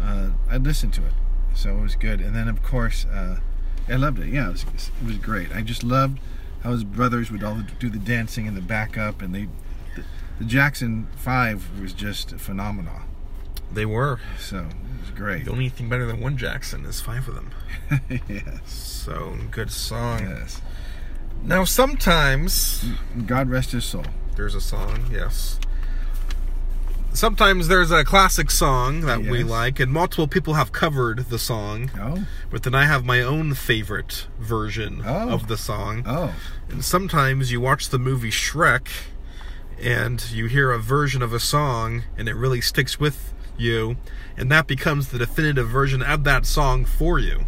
uh, I listened to it, so it was good. And then of course, uh, I loved it. Yeah, it was, it was great. I just loved how his brothers would all do the dancing and the backup, and they. The, the Jackson Five was just a phenomenon.
They were.
So it was great.
The only thing better than one Jackson is five of them.
yes.
So good song.
Yes.
Now sometimes
God rest his soul.
there's a song, yes. Sometimes there's a classic song that we
Yes.
like, and multiple people have covered the song.
Oh.
But then I have my own favorite version
Oh.
of the song.
Oh.
And sometimes you watch the movie Shrek and you hear a version of a song and it really sticks with you, and that becomes the definitive version of that song for you.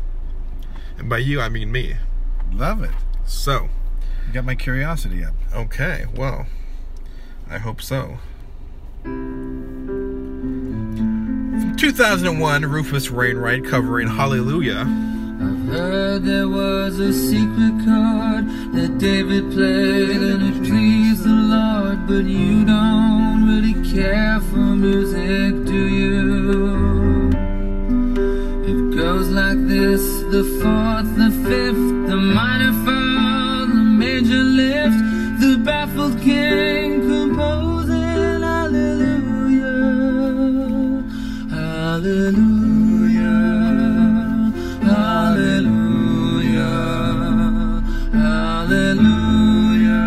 And by you, I mean me.
Love it.
So,
Got my curiosity up.
okay, well, I hope so. From 2001, Rufus Wainwright covering Hallelujah.
I've heard there was a secret chord that David played and it pleased the Lord, but you don't really care for music, do you? It goes like this the fourth, the fifth, the minor fall, the major lift, the baffled king composing hallelujah, hallelujah, hallelujah, hallelujah,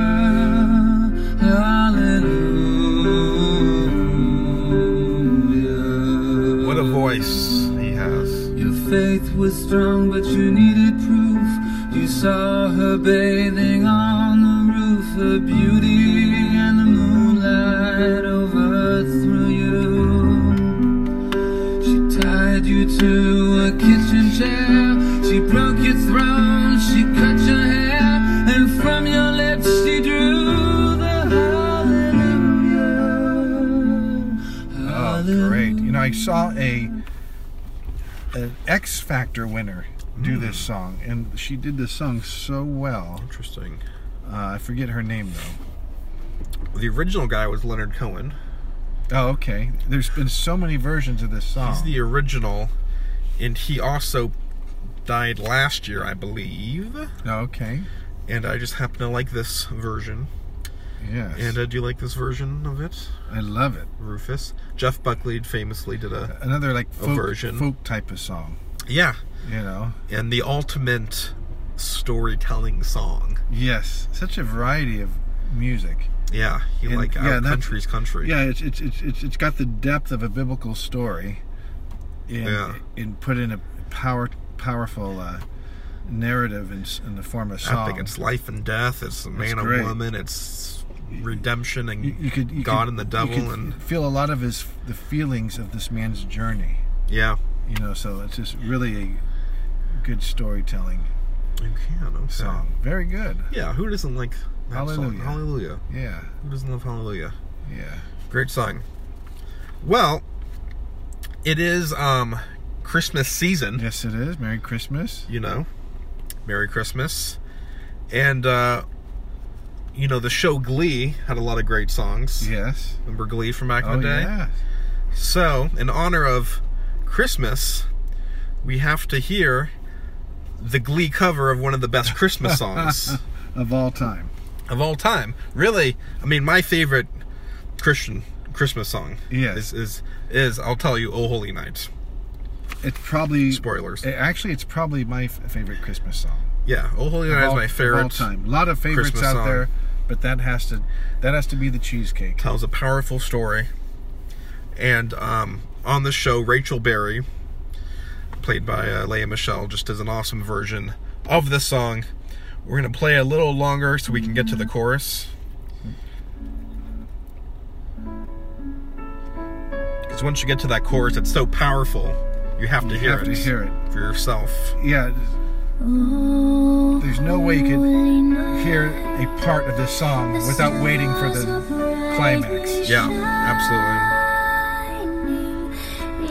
hallelujah.
What a voice he has.
Your faith was strong, but you needed proof. You saw her bathing on the roof, her beauty and the moonlight overthrew you. She tied you to a kitchen chair, she broke your throne, she cut your hair, and from your lips she drew the hallelujah.
Oh, great. You know, I saw a an X Factor winner
Hmm.
do this song, and she did this song so well.
Interesting.
Uh, I forget her name though.
The original guy was Leonard Cohen.
Oh, okay. There's been so many versions of this song.
He's the original, and he also died last year, I believe.
oh, okay.
And I just happen to like this version.
Yes.
And uh, do you like this version of it,
I love it.
Rufus? Jeff Buckley famously did a
Another like folk,
version.
folk type of song.
yeah,
You know.
and the ultimate storytelling song.
Yes. Such a variety of music.
Yeah, he
And,
like
yeah,
our
that-
country's country.
Yeah, it's it's it's it's, it's got the depth of a biblical story, and
Yeah.
and put in a power powerful uh, narrative in, s- in the form of
I
song.
think it's life and death. It's a man and
great.
woman. It's redemption and
you, you could you
God
could-
and the
you
devil
could
and
feel a lot of his the feelings of this man's journey.
yeah.
You know, so it's just really a good storytelling
You can okay.
song. Very good.
Yeah, who doesn't like that song?
Hallelujah.
Hallelujah.
Yeah,
Who doesn't love Hallelujah?
yeah.
Great song. Well, it is um Christmas season.
Yes, it is. Merry Christmas.
you know, Merry Christmas. And, uh, you know, the show Glee had a lot of great songs.
Yes.
Remember Glee from back in
Oh
the day?
yeah.
So, in honor of Christmas, we have to hear the Glee cover of one of the best Christmas songs
Of all time.
of all time. Really, I mean, my favorite Christian Christmas song
Yes.
is, is, is, I'll tell you, Oh Holy Night.
It's probably
Spoilers.
Uh, Actually, it's probably my f- favorite Christmas song.
Yeah, Oh Holy Night is my favorite.
of all time. A lot of favorites
Christmas
out
song.
there, but that has to that has to be the cheesecake.
tells a powerful story. And um, on the show, Rachel Berry, played by uh, Leia Michelle, just does an awesome version of this song. We're going to play a little longer so we can get to the chorus. Because once you get to that chorus, it's so powerful. You have to
You
hear
have
it.
to hear it.
for yourself.
Yeah, it- there's no way you could hear a part of this song without waiting for the climax.
Yeah, absolutely.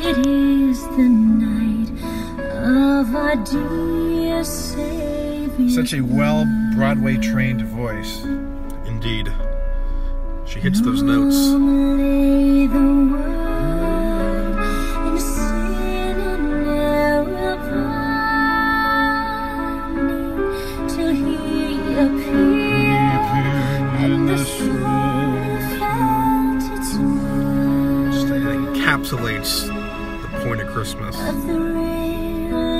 It is the night of our dear Savior.
Such a well Broadway trained voice.
Indeed. She hits those notes.
Lay the world in sin and error pining till he appear and the soul felt its
Just,
worth
It encapsulates the point of Christmas.
of the real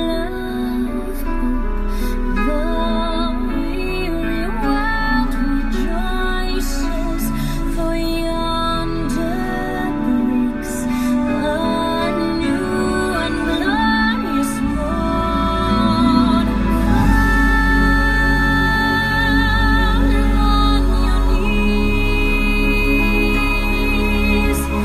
love, hope, the weary world rejoices, for yonder breaks a new and glorious morn. Fall on your knees, oh,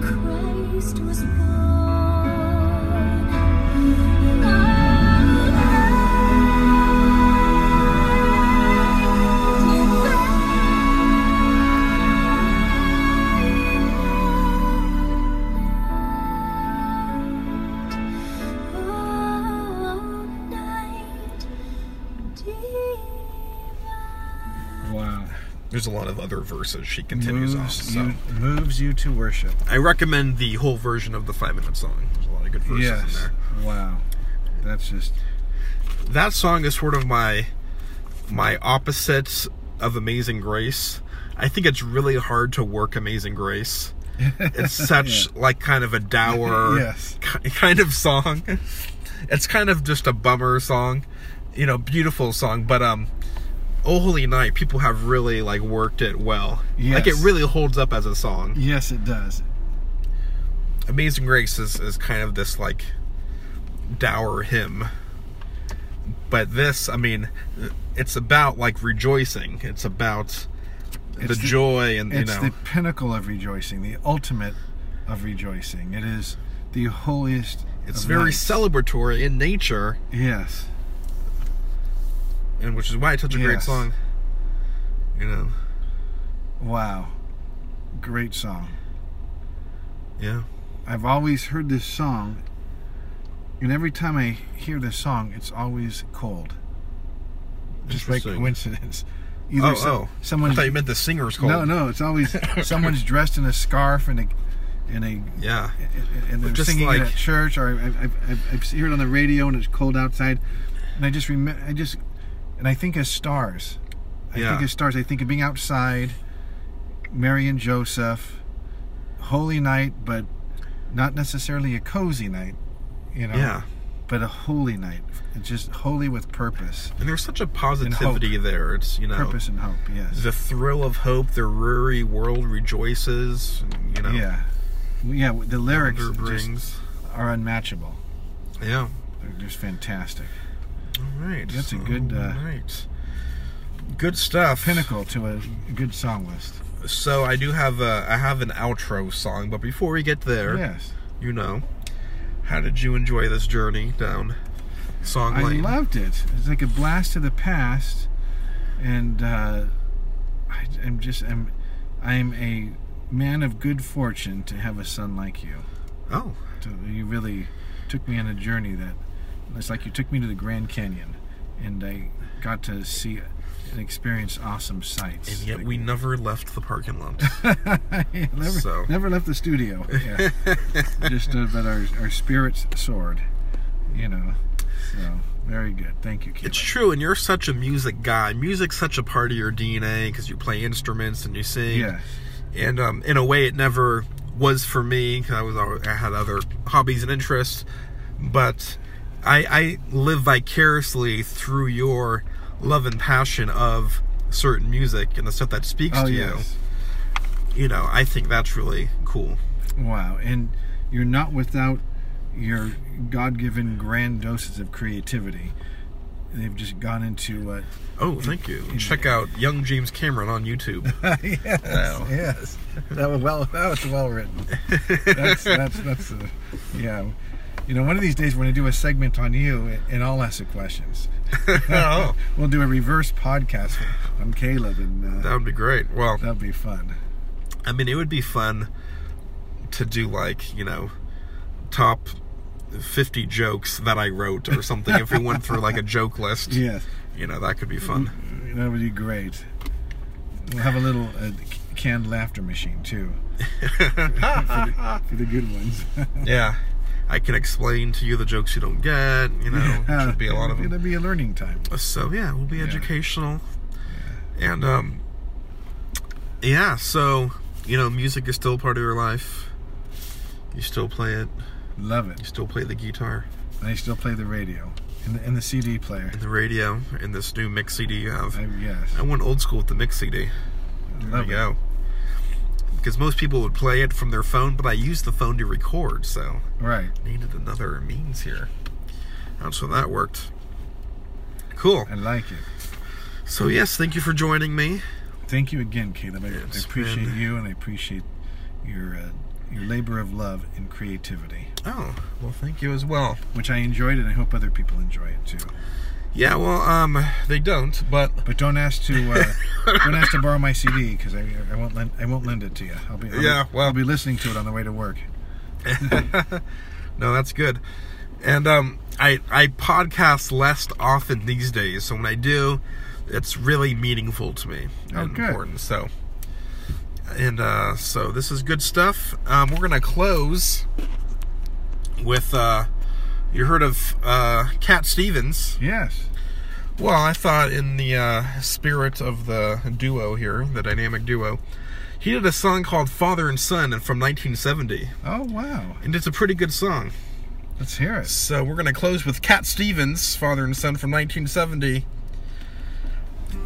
Christ was born.
Wow.
There's a lot of other verses she continues
moves,
on.
you,
So
moves you to worship.
I recommend the whole version of the five minute song. There's a lot of good verses in
Yes.
there.
Wow. That's just
That song is sort of my my opposite of Amazing Grace. I think it's really hard to work Amazing Grace. It's such like kind of a dour
Yes.
ki- kind of song. It's kind of just a bummer song. You know, beautiful song, but um Oh Holy Night, people have really like worked it well. Like it
Yes.
really holds up as a song.
yes, it does.
Amazing Grace is, is kind of this like dour hymn. But this, I mean, it's about like rejoicing. It's about the
It's the-
joy and you
It's
know
the pinnacle of rejoicing, the ultimate of rejoicing. It is the holiest.
it's
of
very
nights.
celebratory in nature,
Yes.
and which is why it's such a great
Yes.
song. You know,
Wow. Great song.
yeah.
I've always heard this song, and every time I hear this song, it's always cold. Just by
Interesting.
coincidence.
Oh,
so-
oh. I
someone's
thought you meant the singer's called.
No, no, it's always someone's dressed in a scarf and a and a
Yeah.
and they're
just
singing it
like-
at church, or I've, I've, I've, I've heard it on the radio and it's cold outside, and I just remember, I just, and I think of stars. I
Yeah.
think of stars. I think of being outside, Mary and Joseph, holy night, but not necessarily a cozy night, you know.
Yeah.
But a holy night, it's just holy with purpose,
And there's such a positivity there. It's you know
purpose and hope. Yes.
the thrill of hope, the weary world rejoices. You know,
Yeah. Yeah. The lyrics
wonder
just
brings.
are unmatchable.
Yeah.
They're just fantastic.
All right.
That's a good, uh,
All right. Good stuff.
Pinnacle to a good song list.
So I do have a I have an outro song, but before we get there,
Yes.
you know, how did you enjoy this journey down song
I
lane?
loved it. It's like a blast to the past, and uh, I, I'm just I'm I'm a man of good fortune to have a son like you.
oh,
So you really took me on a journey that it's like you took me to the Grand Canyon, and I got to see and experience awesome sights.
and yet
Like-
we never left the parking lot.
Yeah, never,
So.
never left the studio. Yeah. Just uh, but our our spirits soared, you know. So very good. Thank you, Keith.
It's true, and you're such a music guy. Music's such a part of your DNA because you play instruments and you sing.
Yes.
And um, in a way, it never was for me because I was always, I had other hobbies and interests. But I, I live vicariously through your love and passion of certain music and the stuff that speaks
Oh
to
yes.
you. You know, I think that's really cool.
Wow. And you're not without your God-given grand doses of creativity. They've just gone into uh,
Oh, thank you. Check out Young James Cameron on YouTube.
yes, yes. That was well. That was well written. That's that's that's. A, yeah, you know, one of these days we're going to do a segment on you, and I'll ask the questions.
oh,
We'll do a reverse podcast on Caleb, and
that
uh,
would be great. Well,
that'll be fun.
I mean, it would be fun to do like you know top fifty jokes that I wrote or something. if we went through like a joke list,
Yes,
you know, that could be fun.
that would be great. We'll have a little uh, canned laughter machine too for the good ones.
yeah, I can explain to you the jokes you don't get. You know, it should be a lot of
It'll
them.
be a learning time.
So yeah, we'll be educational, and um, yeah. So you know, music is still part of your life. You still play it.
Love it.
You still play the guitar
And I still play the radio and the, and the CD player.
and the radio and this new mix CD you have.
I, yes,
I went old school with the mix CD. There
love
we
it.
go. Because most people would play it from their phone, but I used the phone to record, so
Right.
I needed another means here. And so that worked. Cool.
I like it.
So yes, thank you for joining me.
Thank you again, Caleb. I, I
It's
appreciate
been-
you, and I appreciate your uh, your labor of love and creativity,
Oh, well, thank you as well.
which I enjoyed, and I hope other people enjoy it too.
Yeah, well, um, they don't, but
But don't ask to uh, don't ask to borrow my CD because I, I won't lend I won't lend it to you. I'll be I'll
Yeah,
be,
well-
I'll be listening to it on the way to work.
no, that's good. And um, I I podcast less often these days, so when I do, it's really meaningful to me
Oh,
and
good.
important. So, and uh, so this is good stuff. Um, we're gonna close with uh, you heard of uh, Cat Stevens.
Yes,
Well, I thought in the uh, spirit of the duo here, the dynamic duo, he did a song called "Father and Son" and from 1970,
Oh wow!
and it's a pretty good song.
Let's hear it.
So we're going to close with Cat Stevens, father and son from 1970.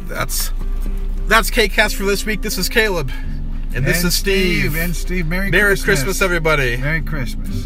That's that's K-Cast for this week. This is Caleb, and this
And
is Steve.
And Steve, Merry,
Merry Christmas,
Christmas
everybody.
Merry Christmas.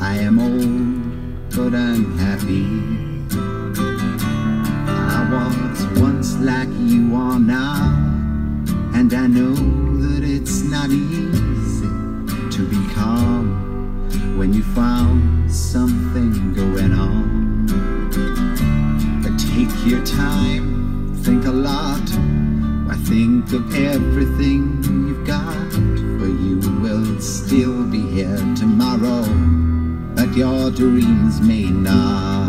I am old, but I'm happy. I was once like you are now, and I know that it's not easy to be calm when you found something going on. But take your time, think a lot. I think of everything you've got, for you will still be here tomorrow, but your dreams may not.